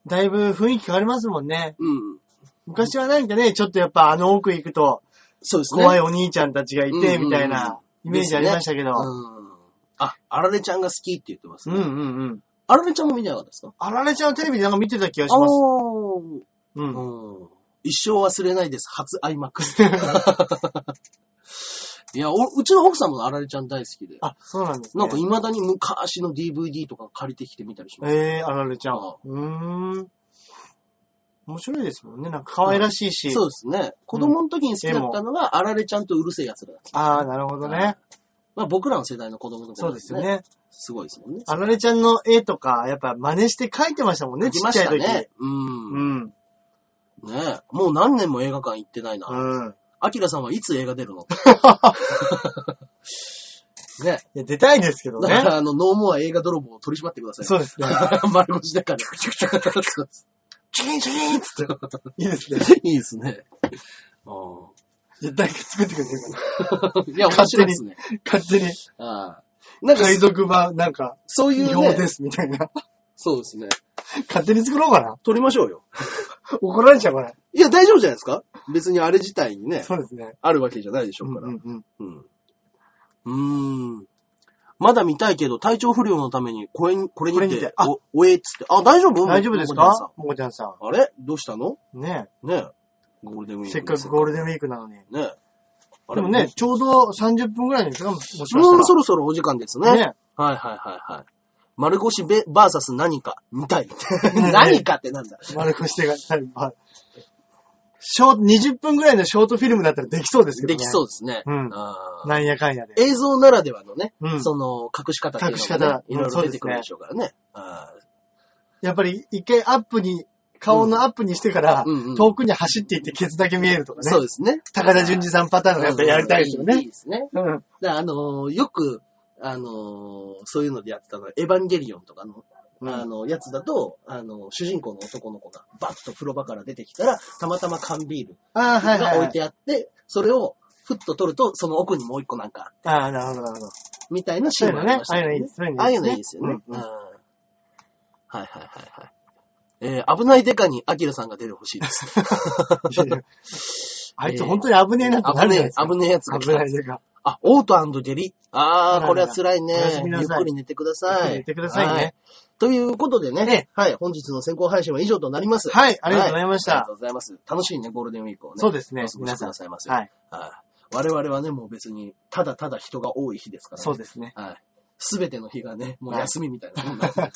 [SPEAKER 2] だいぶ雰囲気変わりますもんね。
[SPEAKER 1] うん。
[SPEAKER 2] 昔はなんかね、ちょっとやっぱあの奥行くと、
[SPEAKER 1] そうですね。
[SPEAKER 2] 怖いお兄ちゃんたちがい
[SPEAKER 1] うんうんう
[SPEAKER 2] て、
[SPEAKER 1] ん
[SPEAKER 2] みたいなイメージありましたけ
[SPEAKER 1] う
[SPEAKER 2] ど。
[SPEAKER 1] ん。あ、あられちゃんが好きって言ってます
[SPEAKER 2] う
[SPEAKER 1] ね。
[SPEAKER 2] んうんうん。
[SPEAKER 1] あられちゃんも見てなかったですか
[SPEAKER 2] あられちゃんのテレビでなんか見てた気がし
[SPEAKER 1] ああ
[SPEAKER 2] ます。
[SPEAKER 1] ー、
[SPEAKER 2] うん。
[SPEAKER 1] うん。一生忘れないです。初アイマックス。 (laughs) いや、おうちの奥様のあられちゃん大好きで。
[SPEAKER 2] あ、そうなんですね。
[SPEAKER 1] なんか未だに昔の DVD とか借りてきてみたりします。
[SPEAKER 2] えー、あられちゃん。
[SPEAKER 1] あ
[SPEAKER 2] うーん。面白いですもんね。なんか可愛らしいし。
[SPEAKER 1] そうですね。子供の時に好きだったのが、あられちゃんとうるせえ奴らだった。
[SPEAKER 2] ああ、なるほどね。
[SPEAKER 1] まあ僕らの世代の子供の頃
[SPEAKER 2] そうですよ。ね。
[SPEAKER 1] すごいですもんね。
[SPEAKER 2] あられちゃんの絵とか、やっぱ真似して描いてましたもんね、
[SPEAKER 1] 行き
[SPEAKER 2] ち
[SPEAKER 1] ま
[SPEAKER 2] っち
[SPEAKER 1] し
[SPEAKER 2] ゃい
[SPEAKER 1] た
[SPEAKER 2] 時。
[SPEAKER 1] ね。う。
[SPEAKER 2] うんん。
[SPEAKER 1] ねえもう何年も映画館行ってないな。
[SPEAKER 2] うん。
[SPEAKER 1] アキラさんはいつ映画出る
[SPEAKER 2] (laughs)
[SPEAKER 1] のね。
[SPEAKER 2] いや、出たいですけど
[SPEAKER 1] だか (laughs)
[SPEAKER 2] ね。
[SPEAKER 1] ら、 (laughs) あの、ノーモア映画泥棒を取り締まってください。
[SPEAKER 2] そうですね。
[SPEAKER 1] 丸腰だから。チキンチキンっつって。
[SPEAKER 2] いいですね。
[SPEAKER 1] いいですね。あ
[SPEAKER 2] いや、誰か作ってくれてるか
[SPEAKER 1] ーいや、面白いですね。
[SPEAKER 2] ら。
[SPEAKER 1] (laughs)
[SPEAKER 2] 勝手に、
[SPEAKER 1] あーなんか、
[SPEAKER 2] 海賊版、なんか、
[SPEAKER 1] そうい
[SPEAKER 2] 違
[SPEAKER 1] う
[SPEAKER 2] 法で
[SPEAKER 1] ね。
[SPEAKER 2] す、みたいな。 (laughs)
[SPEAKER 1] そうですね。
[SPEAKER 2] 勝手に作ろうかな。
[SPEAKER 1] 撮りましょうよ。
[SPEAKER 2] 怒られちゃうから。
[SPEAKER 1] いや、大丈夫じゃないですか別にあれ自体にね、
[SPEAKER 2] そうですね。
[SPEAKER 1] あるわけじゃないでしょ
[SPEAKER 2] うん
[SPEAKER 1] うか
[SPEAKER 2] う
[SPEAKER 1] ら。
[SPEAKER 2] んうん。
[SPEAKER 1] うん。うーん。まだ見たいけど、体調不良のために、これに、これにて、
[SPEAKER 2] これにてあ
[SPEAKER 1] お、おえっつって。あ、大丈夫
[SPEAKER 2] 大丈夫です
[SPEAKER 1] もこちゃん
[SPEAKER 2] かもこちゃんさ
[SPEAKER 1] さんあれどうしたの
[SPEAKER 2] ん。ね
[SPEAKER 1] ねえゴールデンウィー
[SPEAKER 2] え
[SPEAKER 1] ク。
[SPEAKER 2] せっかくゴールデンウィークなのに。
[SPEAKER 1] ねえあれ
[SPEAKER 2] でもね、、ちょうど30分ぐらいの時間もしかしたら。
[SPEAKER 1] もうそろそろお時間ですね。
[SPEAKER 2] ね
[SPEAKER 1] はいはいはいはい。丸腰ベバーサス何か見
[SPEAKER 2] (laughs)
[SPEAKER 1] たい。何かってなんだ。
[SPEAKER 2] 丸くしてが、まあショート20分ぐらいのショートフィルムだったらできそうですけど
[SPEAKER 1] で
[SPEAKER 2] ね。
[SPEAKER 1] きそうですね。
[SPEAKER 2] うん
[SPEAKER 1] あー
[SPEAKER 2] なんやかんやで。
[SPEAKER 1] 映像ならではのね、
[SPEAKER 2] うん
[SPEAKER 1] その隠し方っていうの
[SPEAKER 2] 隠し
[SPEAKER 1] が、
[SPEAKER 2] 方
[SPEAKER 1] ね、いろい
[SPEAKER 2] うんそ
[SPEAKER 1] ろ
[SPEAKER 2] う
[SPEAKER 1] 出て
[SPEAKER 2] ですね
[SPEAKER 1] くるでしょうからね。あー
[SPEAKER 2] やっぱり一回アップに、顔のアップにしてから、
[SPEAKER 1] うんうん
[SPEAKER 2] 遠くに走っていってケツだけ見えるとか
[SPEAKER 1] そう
[SPEAKER 2] ね。
[SPEAKER 1] ですね。
[SPEAKER 2] 高田純次さんパターンのやっぱやりたいですよ
[SPEAKER 1] うんい
[SPEAKER 2] ね
[SPEAKER 1] い。ですね。
[SPEAKER 2] うん。
[SPEAKER 1] だからあのーよく、あのーそういうのでやってたのは、エヴァンゲリオンとかの、あの、やつだと、あの、主人公の男の子がバッと風呂場から出てきたら、たまたま缶ビール
[SPEAKER 2] ああ、はいは
[SPEAKER 1] が
[SPEAKER 2] い、
[SPEAKER 1] 置
[SPEAKER 2] は
[SPEAKER 1] い
[SPEAKER 2] い。
[SPEAKER 1] てあって、それをふっと取ると、その奥にもう一個なんか、
[SPEAKER 2] ああ、なるほど、なるほど。
[SPEAKER 1] みたいなシ
[SPEAKER 2] そうい
[SPEAKER 1] ー
[SPEAKER 2] う
[SPEAKER 1] ン
[SPEAKER 2] の
[SPEAKER 1] があり
[SPEAKER 2] ね
[SPEAKER 1] ま。し
[SPEAKER 2] ああ
[SPEAKER 1] た
[SPEAKER 2] いうのいい
[SPEAKER 1] ね
[SPEAKER 2] です。。そういうの
[SPEAKER 1] ああ
[SPEAKER 2] い
[SPEAKER 1] い
[SPEAKER 2] いうです、ね。
[SPEAKER 1] のいいですよね。
[SPEAKER 2] う
[SPEAKER 1] うん
[SPEAKER 2] んうん
[SPEAKER 1] はいはいはいはい。えー危ないデカにアキラさんが出る欲しいです。
[SPEAKER 2] (laughs) いやいやあいつ本当に危ねえなってな
[SPEAKER 1] 危
[SPEAKER 2] るじ
[SPEAKER 1] ね
[SPEAKER 2] ゃないで
[SPEAKER 1] え、
[SPEAKER 2] す
[SPEAKER 1] (laughs)
[SPEAKER 2] か。
[SPEAKER 1] 危ねえやつが来
[SPEAKER 2] 危
[SPEAKER 1] た
[SPEAKER 2] な。いでか。
[SPEAKER 1] あ、オートゲリあー、これは辛いね。
[SPEAKER 2] おやすみ
[SPEAKER 1] ゆ
[SPEAKER 2] な
[SPEAKER 1] っ
[SPEAKER 2] さい
[SPEAKER 1] くり寝てください。
[SPEAKER 2] ゆっくり寝てくださいね
[SPEAKER 1] は。ということでね、
[SPEAKER 2] ね
[SPEAKER 1] はい、本日の先行配信は以上となります。
[SPEAKER 2] はいありがとうございました
[SPEAKER 1] はありがとうございます。楽しいね、ゴールデンウィークをね。
[SPEAKER 2] そうですね
[SPEAKER 1] お過ごしくださいませ。
[SPEAKER 2] はい。
[SPEAKER 1] はい我々はね、もう別に、ただただ人が多い日ですから、ね。
[SPEAKER 2] そうですね。
[SPEAKER 1] はい。すべての日がね、もう休みみたいなもんなんで、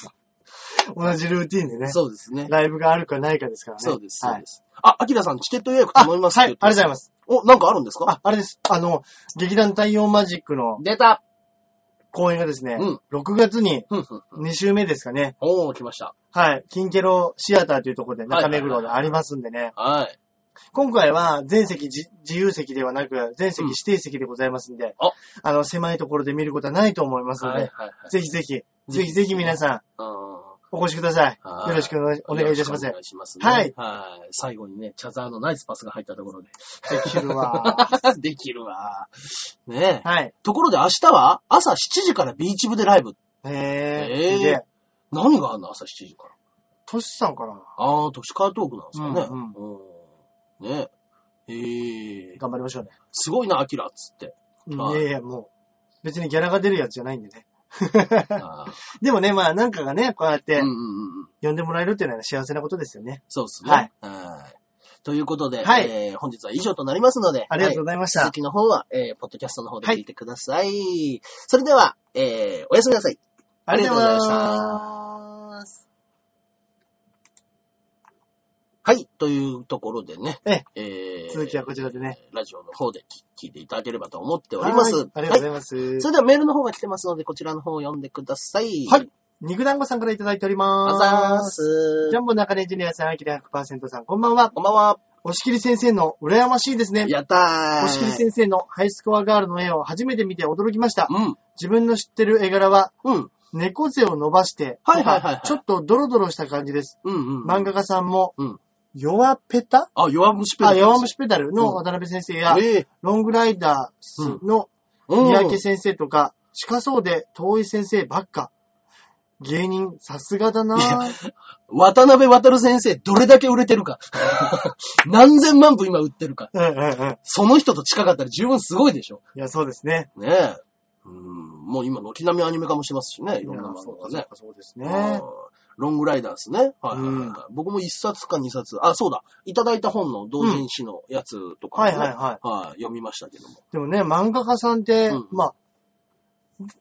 [SPEAKER 2] 同じルーティンでね。
[SPEAKER 1] そうですね。
[SPEAKER 2] ライブがあるかないかですからね。
[SPEAKER 1] そうです、そ
[SPEAKER 2] は
[SPEAKER 1] う
[SPEAKER 2] い
[SPEAKER 1] で。す。あ、アキラさん、チケット予約
[SPEAKER 2] あ、
[SPEAKER 1] 頼みます。
[SPEAKER 2] はい、ありがとうございますす。
[SPEAKER 1] お、なんかあるんですか
[SPEAKER 2] あ、あれです。あの、劇団太陽マジックの
[SPEAKER 1] 出た
[SPEAKER 2] 公演がですね、
[SPEAKER 1] うん
[SPEAKER 2] 6月に
[SPEAKER 1] ふんふんふん。
[SPEAKER 2] 2週目ですかね。
[SPEAKER 1] おー、来ました。
[SPEAKER 2] はい。キンケロシアターというところで
[SPEAKER 1] はい
[SPEAKER 2] 中目黒でありますんでね。
[SPEAKER 1] はい。
[SPEAKER 2] 今回は全席自自由席ではなく、全席指定席でございますんで、
[SPEAKER 1] あ
[SPEAKER 2] あの、狭いところで見ることはないと思いますので、
[SPEAKER 1] はい、はい、はい。
[SPEAKER 2] ぜひぜひ、
[SPEAKER 1] ぜ
[SPEAKER 2] ぜ
[SPEAKER 1] ひ
[SPEAKER 2] ひぜひ皆さん、
[SPEAKER 1] うん
[SPEAKER 2] お越しください。
[SPEAKER 1] はい
[SPEAKER 2] よろしくお願いいたします
[SPEAKER 1] よ。ろくお願いします、
[SPEAKER 2] はい
[SPEAKER 1] はい。最後にね、チャザーのナイスパスが入ったところ
[SPEAKER 2] (laughs)
[SPEAKER 1] で。
[SPEAKER 2] できる (laughs) わ。
[SPEAKER 1] できるわ。ねえ。
[SPEAKER 2] はい。
[SPEAKER 1] ところで明日は朝7時からビーチ部でライブ。
[SPEAKER 2] へ
[SPEAKER 1] へ
[SPEAKER 2] え
[SPEAKER 1] ー
[SPEAKER 2] ー。で、
[SPEAKER 1] 何があるの朝7時から。
[SPEAKER 2] トシさんかな
[SPEAKER 1] あー、都市カートークなんですかね。
[SPEAKER 2] うん
[SPEAKER 1] うんねえ。えー、
[SPEAKER 2] 頑張りましょうね。 (laughs)
[SPEAKER 1] すごいな、アキラっつって。はい
[SPEAKER 2] いやいや、も別にギャラが出るやつじゃないんでね。
[SPEAKER 1] あー
[SPEAKER 2] でもね、まあなんかがね、こうやっ
[SPEAKER 1] うん
[SPEAKER 2] て
[SPEAKER 1] うんうんうん。
[SPEAKER 2] 呼んでもらえるっていうのは幸せなことですよね。
[SPEAKER 1] そうですね。
[SPEAKER 2] はい
[SPEAKER 1] はい。ということで、
[SPEAKER 2] はい
[SPEAKER 1] えー本日は以上となりますので、
[SPEAKER 2] ありがとう
[SPEAKER 1] は
[SPEAKER 2] ございまし
[SPEAKER 1] い
[SPEAKER 2] た。
[SPEAKER 1] 続きの方は、えーポッドキャストの方で聞いてください。それでは、えーおやすみなさい。
[SPEAKER 2] ありがとうございまし
[SPEAKER 1] ありがとう
[SPEAKER 2] た。
[SPEAKER 1] はい。というところでね、
[SPEAKER 2] え
[SPEAKER 1] えー
[SPEAKER 2] 続きはこちらでね。
[SPEAKER 1] ラジオの方で聞いていただければと思っております。
[SPEAKER 2] はいありがとうございます。
[SPEAKER 1] それではメールの方が来てますので、こちらの方を読んでください。
[SPEAKER 2] はい。肉団子さんからいただいております。
[SPEAKER 1] あざー。す
[SPEAKER 2] ジ。ャンボ中根ジュニアさん、アキラ100%さん、こんばんは。
[SPEAKER 1] こんばんは。
[SPEAKER 2] 押切先生の羨ましいですね。
[SPEAKER 1] やったー。
[SPEAKER 2] 押切先生のハイスコアガールの絵を初めて見て驚きました。
[SPEAKER 1] うん。
[SPEAKER 2] 自分の知ってる絵柄は、
[SPEAKER 1] うん。
[SPEAKER 2] 猫背を伸ばして、
[SPEAKER 1] はいはいはいはい
[SPEAKER 2] ちょっとドロドロした感じです。
[SPEAKER 1] うんうん。
[SPEAKER 2] 漫画家さんも、
[SPEAKER 1] うん
[SPEAKER 2] 弱ペタ
[SPEAKER 1] あ、弱虫ペダ
[SPEAKER 2] あ、
[SPEAKER 1] ル。
[SPEAKER 2] 弱虫ペダル
[SPEAKER 1] うん
[SPEAKER 2] の渡辺先生や、
[SPEAKER 1] ええ
[SPEAKER 2] ロングライダースの
[SPEAKER 1] うん。
[SPEAKER 2] 三宅先生とか、近そうで遠い先生ばっか。芸人、さすがだなぁ。
[SPEAKER 1] 渡辺渡先生、どれだけ売れてるか。 (laughs) 何千万部今売ってるか。
[SPEAKER 2] うんうんうん。
[SPEAKER 1] その人と近かったら十分すごいでしょ。
[SPEAKER 2] いや、そうですね。
[SPEAKER 1] ねえ。うん。もう今、軒並みアニメ化もしてますしね。い
[SPEAKER 2] い
[SPEAKER 1] ろ
[SPEAKER 2] や
[SPEAKER 1] んな漫
[SPEAKER 2] そう
[SPEAKER 1] 画
[SPEAKER 2] か
[SPEAKER 1] が
[SPEAKER 2] そう
[SPEAKER 1] ね。
[SPEAKER 2] かそうです
[SPEAKER 1] あ
[SPEAKER 2] ね
[SPEAKER 1] ー。ロングライダーですね。はいはいはい、
[SPEAKER 2] うん
[SPEAKER 1] 僕も一冊か二冊。あ、そうだ。いただいた本の同人誌のやつとか、
[SPEAKER 2] はいはいはい。
[SPEAKER 1] はい、読みましたけども。
[SPEAKER 2] でもね、漫画家さんって、
[SPEAKER 1] うん
[SPEAKER 2] まあ、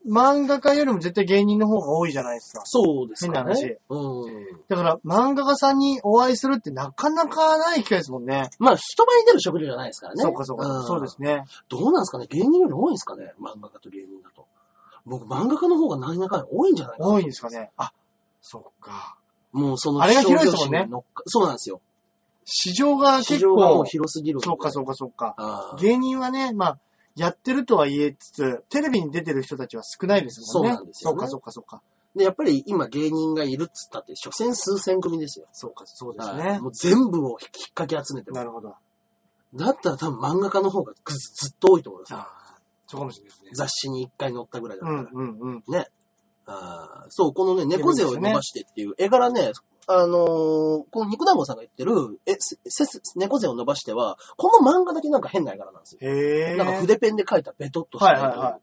[SPEAKER 2] 漫画家よりも絶対芸人の方が多いじゃないですか。
[SPEAKER 1] そうですか
[SPEAKER 2] 変
[SPEAKER 1] ね。うん。
[SPEAKER 2] だから、漫画家さんにお会いするってなかなかない機会ですもんね。
[SPEAKER 1] まあ、人前に出る職業じゃないですからね。
[SPEAKER 2] そうかそうか。
[SPEAKER 1] ん
[SPEAKER 2] そうですね。
[SPEAKER 1] どうなんですかね芸人より多いんですかね漫画家と芸人だと。僕、漫画家の方が何やかんや多いんじゃないかな
[SPEAKER 2] 多いんですかね。あ、そっか。
[SPEAKER 1] もうその、
[SPEAKER 2] あれが広いですもんね
[SPEAKER 1] 商業心に乗っかそうなんですよ。
[SPEAKER 2] 市場が
[SPEAKER 1] 市
[SPEAKER 2] 結
[SPEAKER 1] 場がもう
[SPEAKER 2] 構、
[SPEAKER 1] 広すぎるんで。
[SPEAKER 2] そうかそううかそうか。
[SPEAKER 1] か。
[SPEAKER 2] 芸人はね、まあ、やってるとは言えつつ、テレビに出てる人たちは少ないですもんね。
[SPEAKER 1] そうなんですよね
[SPEAKER 2] そうかそうかそうか。
[SPEAKER 1] で、やっぱり今芸人がいるっつったって、所詮数千組ですよ。
[SPEAKER 2] そうか、そうです
[SPEAKER 1] は
[SPEAKER 2] ね
[SPEAKER 1] い。もう全部を引っ掛け集めてます
[SPEAKER 2] なるほど。
[SPEAKER 1] だったら多分漫画家の方がぐずずっと多いと思いますよ。
[SPEAKER 2] あーそうかもしれないですね。
[SPEAKER 1] 雑誌に一回載ったぐらいだ
[SPEAKER 2] う
[SPEAKER 1] から。
[SPEAKER 2] んうんうん。
[SPEAKER 1] あーそう、このね、猫背を伸ばしてっていう絵柄ね、あのーこの肉団子さんが言ってる、え、せ、せ、猫背を伸ばしては、この漫画だけなんか変な絵柄なんですよ。
[SPEAKER 2] へぇー。
[SPEAKER 1] なんか筆ペンで描いたベトっとした絵柄というか、
[SPEAKER 2] はいはい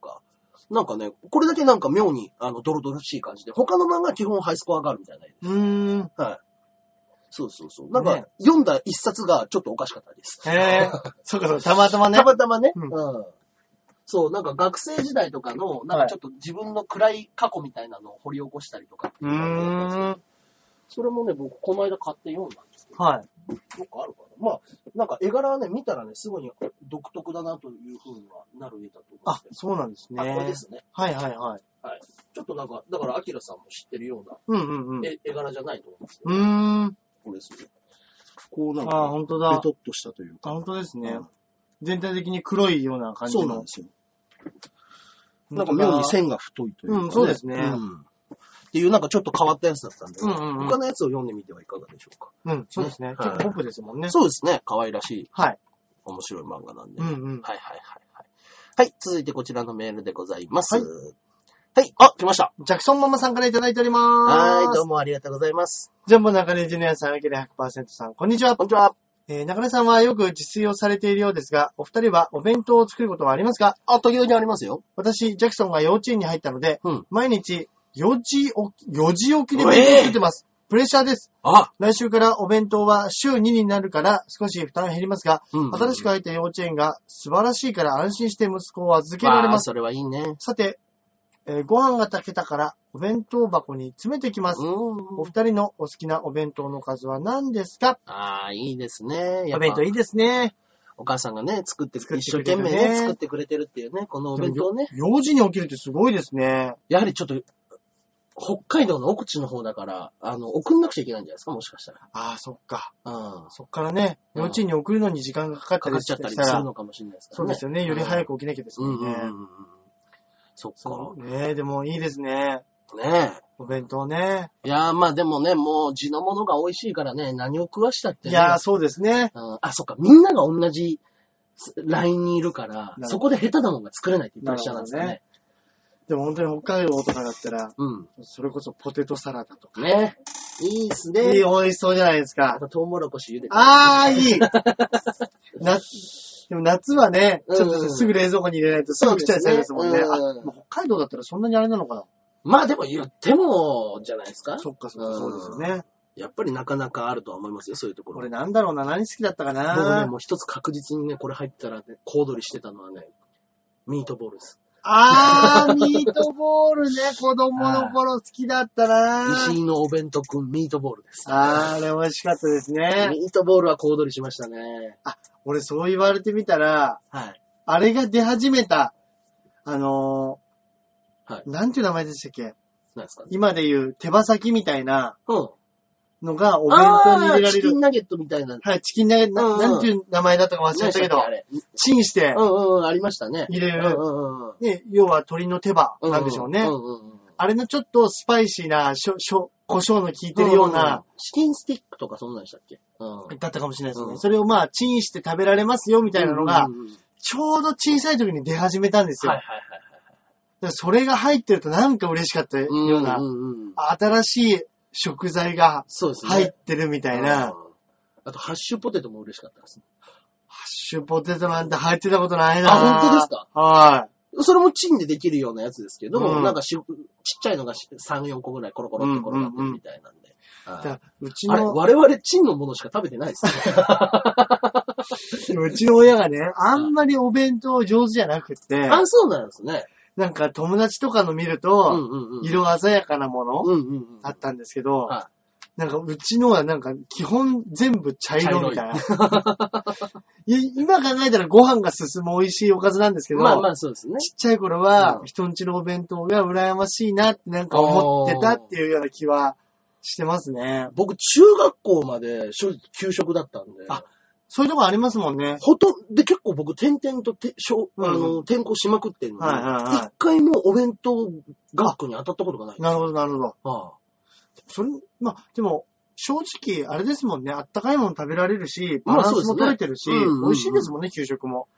[SPEAKER 1] なんかね、これだけなんか妙に、あの、ドロドロしい感じで、他の漫画は基本ハイスコアがあるみたいな絵で
[SPEAKER 2] うーん。
[SPEAKER 1] はい。そうそうそう。なんか、
[SPEAKER 2] ね
[SPEAKER 1] 読んだ一冊がちょっとおかしかったです。
[SPEAKER 2] へぇー。そうかそうか、たまたまね
[SPEAKER 1] た。またまね、う
[SPEAKER 2] うんん。
[SPEAKER 1] そう、なんか学生時代とかの、なんかちょっと自分の暗い過去みたいなのを掘り起こしたりとかって
[SPEAKER 2] う
[SPEAKER 1] い
[SPEAKER 2] ー
[SPEAKER 1] うのが
[SPEAKER 2] ん。
[SPEAKER 1] それもね、僕、この間買って読んだんですけど、
[SPEAKER 2] はい。
[SPEAKER 1] どっかあるかなまあ、なんか絵柄はね、見たらね、すぐに独特だなというふうにはなる絵だと思うんで
[SPEAKER 2] あ
[SPEAKER 1] すけ、ど。
[SPEAKER 2] そうなんですね。
[SPEAKER 1] あこれですね。
[SPEAKER 2] はいはいはい。
[SPEAKER 1] ちょっとなんか、だから、アキラさんも知ってるような
[SPEAKER 2] うんうんうん。う
[SPEAKER 1] 絵絵柄じゃないと思うんですけど、
[SPEAKER 2] ーん。
[SPEAKER 1] これですね。こうなん
[SPEAKER 2] あ、
[SPEAKER 1] か、
[SPEAKER 2] 本当
[SPEAKER 1] ベ
[SPEAKER 2] だ。
[SPEAKER 1] トっとしたという
[SPEAKER 2] あ、
[SPEAKER 1] か。
[SPEAKER 2] 本当です
[SPEAKER 1] う
[SPEAKER 2] ね
[SPEAKER 1] ん。
[SPEAKER 2] 全体的に黒いような感じ
[SPEAKER 1] そ
[SPEAKER 2] の。
[SPEAKER 1] うなんですよ。なんか妙に線が太いというか、
[SPEAKER 2] うんそうですね
[SPEAKER 1] んっていうなんかちょっと変わったやつだったんで、
[SPEAKER 2] うんうんうん
[SPEAKER 1] 他のやつを読んでみてはいかがでしょうか。
[SPEAKER 2] うん、そうですね。
[SPEAKER 1] はい
[SPEAKER 2] ちょっとポップですもんね。
[SPEAKER 1] そうですね。可愛らしい、
[SPEAKER 2] はい。
[SPEAKER 1] 面白い漫画なんで。
[SPEAKER 2] うん
[SPEAKER 1] はい
[SPEAKER 2] うん。
[SPEAKER 1] はいはいはい。はい、続いてこちらのメールでございます。は
[SPEAKER 2] はいい、
[SPEAKER 1] あ、来ました。
[SPEAKER 2] ジャクソンママさんからいただいております。
[SPEAKER 1] はい、どうもありがとうございます。
[SPEAKER 2] ジャンボ中根ジュニアさん、アキラ100%さん、こんにちは。
[SPEAKER 1] こんにちは。
[SPEAKER 2] えー、中根さんはよく自炊をされているようですが、お二人はお弁当を作ることはありますか
[SPEAKER 1] あ、時々ありますよ。
[SPEAKER 2] 私、ジャクソンが幼稚園に入ったので、
[SPEAKER 1] うん
[SPEAKER 2] 毎日4時起き、4時起きで弁当を作ってます。プレッシャーです。
[SPEAKER 1] あ、
[SPEAKER 2] 来週からお弁当は週2になるから少し負担減りますが、
[SPEAKER 1] うん
[SPEAKER 2] 新しく
[SPEAKER 1] あ
[SPEAKER 2] 入った幼稚園が素晴らしいから安心して息子を預けられます。
[SPEAKER 1] それはいいね。
[SPEAKER 2] さて、えーご飯が炊けたからお弁当箱に詰めてきます。
[SPEAKER 1] う
[SPEAKER 2] お
[SPEAKER 1] ん。
[SPEAKER 2] 二人のお好きなお弁当の数は何ですか
[SPEAKER 1] ああ、いいですね。や
[SPEAKER 2] お
[SPEAKER 1] っぱ
[SPEAKER 2] 弁当いいですね。
[SPEAKER 1] お母さんがね、作って、
[SPEAKER 2] 作っ
[SPEAKER 1] 一
[SPEAKER 2] て
[SPEAKER 1] 生懸
[SPEAKER 2] くれてるね
[SPEAKER 1] 命ね、作ってくれてるっていうね、このお弁当ね。
[SPEAKER 2] 4時に起きるってすごいですね。
[SPEAKER 1] やはりちょっと、北海道の奥地の方だから、あの、送んなくちゃいけないんじゃないですか、もしかしたら。
[SPEAKER 2] ああ、そっか。
[SPEAKER 1] うん。
[SPEAKER 2] そっからね、
[SPEAKER 1] うん
[SPEAKER 2] 幼稚園に送るのに時間がかかっ
[SPEAKER 1] か
[SPEAKER 2] た
[SPEAKER 1] かっ
[SPEAKER 2] り
[SPEAKER 1] ちゃったり
[SPEAKER 2] し
[SPEAKER 1] す
[SPEAKER 2] たら
[SPEAKER 1] る、のかもしれないですからね。
[SPEAKER 2] そうですよね。より早く起きなきゃです
[SPEAKER 1] う
[SPEAKER 2] も
[SPEAKER 1] ん
[SPEAKER 2] ん
[SPEAKER 1] うん
[SPEAKER 2] ね
[SPEAKER 1] うん。うん。そっ
[SPEAKER 2] そ
[SPEAKER 1] か。
[SPEAKER 2] うね。でもいいですね。
[SPEAKER 1] ね
[SPEAKER 2] お弁当ね。
[SPEAKER 1] え。いやー、まあでもね、もう地のものが美味しいからね、何を食わしたって
[SPEAKER 2] い
[SPEAKER 1] ね。
[SPEAKER 2] やー、そうですね。
[SPEAKER 1] うんあ、そっか、みんなが同じラインにいるから
[SPEAKER 2] ほ、ど
[SPEAKER 1] そこで下手なもんが作れないっていうプレッシャーなんですかね。
[SPEAKER 2] なるでも本当に北海道とかだったら、
[SPEAKER 1] うん。
[SPEAKER 2] それこそポテトサラダとか。
[SPEAKER 1] ねいいっす
[SPEAKER 2] いい、
[SPEAKER 1] ね。
[SPEAKER 2] 美味しそうじゃないです
[SPEAKER 1] あ (laughs)
[SPEAKER 2] か。
[SPEAKER 1] と、トウモロコシ茹でて。
[SPEAKER 2] あー、いい。な、でも夏はね、ちょっ
[SPEAKER 1] う
[SPEAKER 2] と
[SPEAKER 1] ん
[SPEAKER 2] すぐ冷蔵庫に入れないとすぐ来ちゃいそうですもんね。
[SPEAKER 1] そうですね
[SPEAKER 2] あ
[SPEAKER 1] うん
[SPEAKER 2] まあ北海道だったらそんなにあれなのか
[SPEAKER 1] まあでも言っても、じゃないですか
[SPEAKER 2] な。。そっかそっか、そうですよね。
[SPEAKER 1] やっぱりなかなかあるとは思いますよ、そういうところ。
[SPEAKER 2] 俺なんだろうな、何好きだったか
[SPEAKER 1] 僕ね、
[SPEAKER 2] な。
[SPEAKER 1] もう一つ確実にね、これ入ったらね、小躍りしてたのはね、ミートボールです。
[SPEAKER 2] あー、ミートボールね、
[SPEAKER 1] (laughs)
[SPEAKER 2] 子供の頃好きだったな。
[SPEAKER 1] 石井のお弁当くん、ミートボールです。
[SPEAKER 2] あー、あれ美味しかったですね。
[SPEAKER 1] ミートボールは小躍りしましたね。
[SPEAKER 2] 俺そう言われてみたら、
[SPEAKER 1] はい。
[SPEAKER 2] あれが出始めた、あのー
[SPEAKER 1] はい
[SPEAKER 2] なんていう名前でしたっけ
[SPEAKER 1] なんですかね。
[SPEAKER 2] 今で言う手羽先みたいな
[SPEAKER 1] うん。
[SPEAKER 2] のがお弁当に入れら
[SPEAKER 1] あー
[SPEAKER 2] れ
[SPEAKER 1] チキン
[SPEAKER 2] る。
[SPEAKER 1] ナゲットみたいな。
[SPEAKER 2] はい、チキンナゲット、
[SPEAKER 1] うんう
[SPEAKER 2] な
[SPEAKER 1] ん
[SPEAKER 2] なんていう名前だったか忘れちゃったけど、
[SPEAKER 1] 何でしたっ
[SPEAKER 2] チンして
[SPEAKER 1] けあれうんうん、ありましたね。
[SPEAKER 2] 入れ
[SPEAKER 1] うん
[SPEAKER 2] る、
[SPEAKER 1] うんうん
[SPEAKER 2] ね、要は鳥の手羽
[SPEAKER 1] う
[SPEAKER 2] なんでしょうね。
[SPEAKER 1] んうんうん
[SPEAKER 2] あれのちょっとスパイシーな、しょ、しょ、胡椒の効いてるような、
[SPEAKER 1] んんチキンスティックとかそんなんでしたっけうん。み
[SPEAKER 2] だったかもしれないですね。
[SPEAKER 1] うん
[SPEAKER 2] それをまあ、チンして食べられますよ、みたいなのが、
[SPEAKER 1] はい
[SPEAKER 2] ちょうど小さい時に出始めたんですよ。
[SPEAKER 1] はいはいはい。
[SPEAKER 2] だからそれが入ってるとなんか嬉しかったよ
[SPEAKER 1] うんう
[SPEAKER 2] うんな、
[SPEAKER 1] うん。
[SPEAKER 2] 新しい食材が
[SPEAKER 1] そうですね。
[SPEAKER 2] 入ってるみたい
[SPEAKER 1] う
[SPEAKER 2] な、ハ
[SPEAKER 1] ん。あと、ハッシュポテトも嬉しかったです。
[SPEAKER 2] ッシュポテトなんて入ってたことないな
[SPEAKER 1] あ本当ですか
[SPEAKER 2] は
[SPEAKER 1] それもチンでできるようなやつですけど、
[SPEAKER 2] うん
[SPEAKER 1] なんかしちっちゃいのが3、4個ぐらいコロコロって転がってるみたいなんで。
[SPEAKER 2] い。
[SPEAKER 1] あ
[SPEAKER 2] だか
[SPEAKER 1] ー
[SPEAKER 2] らうち
[SPEAKER 1] あれ、
[SPEAKER 2] の、
[SPEAKER 1] 我々チンのものしか食べてないですね。
[SPEAKER 2] うちの親がね、あんまりお弁当上手じゃなくって、
[SPEAKER 1] あ、そうなんですね。
[SPEAKER 2] なんか友達とかの見る
[SPEAKER 1] うん
[SPEAKER 2] と、
[SPEAKER 1] うんうん。
[SPEAKER 2] 色鮮やかなも
[SPEAKER 1] う
[SPEAKER 2] の
[SPEAKER 1] んうんうん。
[SPEAKER 2] あったんですけど、
[SPEAKER 1] は
[SPEAKER 2] なんかうちのはなんか基本全部茶色みた
[SPEAKER 1] (laughs)
[SPEAKER 2] いな。い今考えたらご飯が進む美味しいおかずなんですけど、
[SPEAKER 1] まあまあそうですね。
[SPEAKER 2] ちっちゃい頃は
[SPEAKER 1] う、ん
[SPEAKER 2] 人んちのお弁当が羨ましいなってなんか思ってたっていうような気はしてますね。
[SPEAKER 1] 僕、中学校まで正直給食だったんで、
[SPEAKER 2] あそういうとこありますもんね。
[SPEAKER 1] ほとんど、で結構僕、転々とてしょあ
[SPEAKER 2] うん
[SPEAKER 1] の転校しまくってるの
[SPEAKER 2] はいはい
[SPEAKER 1] に、
[SPEAKER 2] は
[SPEAKER 1] 一回もお弁当学校に当たったことがない
[SPEAKER 2] い。。なるほど、なるほど。
[SPEAKER 1] ああ
[SPEAKER 2] それ、まあ、でも、正直、あれですもんね。あったかいもの食べられるし、
[SPEAKER 1] まあ
[SPEAKER 2] バラン
[SPEAKER 1] そう
[SPEAKER 2] ス
[SPEAKER 1] です
[SPEAKER 2] も
[SPEAKER 1] ね
[SPEAKER 2] 取れてるし、
[SPEAKER 1] うんうんうん
[SPEAKER 2] 美味しいですもんね、給食も。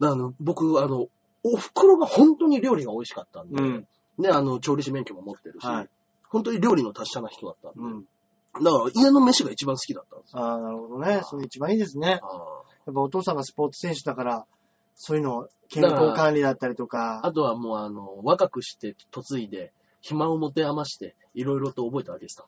[SPEAKER 1] あの、僕、あの、お袋が本当に料理が美味しかったんで、
[SPEAKER 2] うん
[SPEAKER 1] ね、あの、調理師免許も持ってるし、
[SPEAKER 2] はい
[SPEAKER 1] 本当に料理の達者な人だったんで、
[SPEAKER 2] うん。
[SPEAKER 1] だから家の飯が一番好きだったんですよ。
[SPEAKER 2] ああ、なるほどね。それ一番いいですね。
[SPEAKER 1] あ
[SPEAKER 2] やっぱお父さんがスポーツ選手だから、そういうの、健康管理だったりと
[SPEAKER 1] あ
[SPEAKER 2] か。
[SPEAKER 1] あとはもう、あの、若くして、嫁いで、暇を持て余して、いろいろと覚えたわけで
[SPEAKER 2] (laughs)
[SPEAKER 1] すか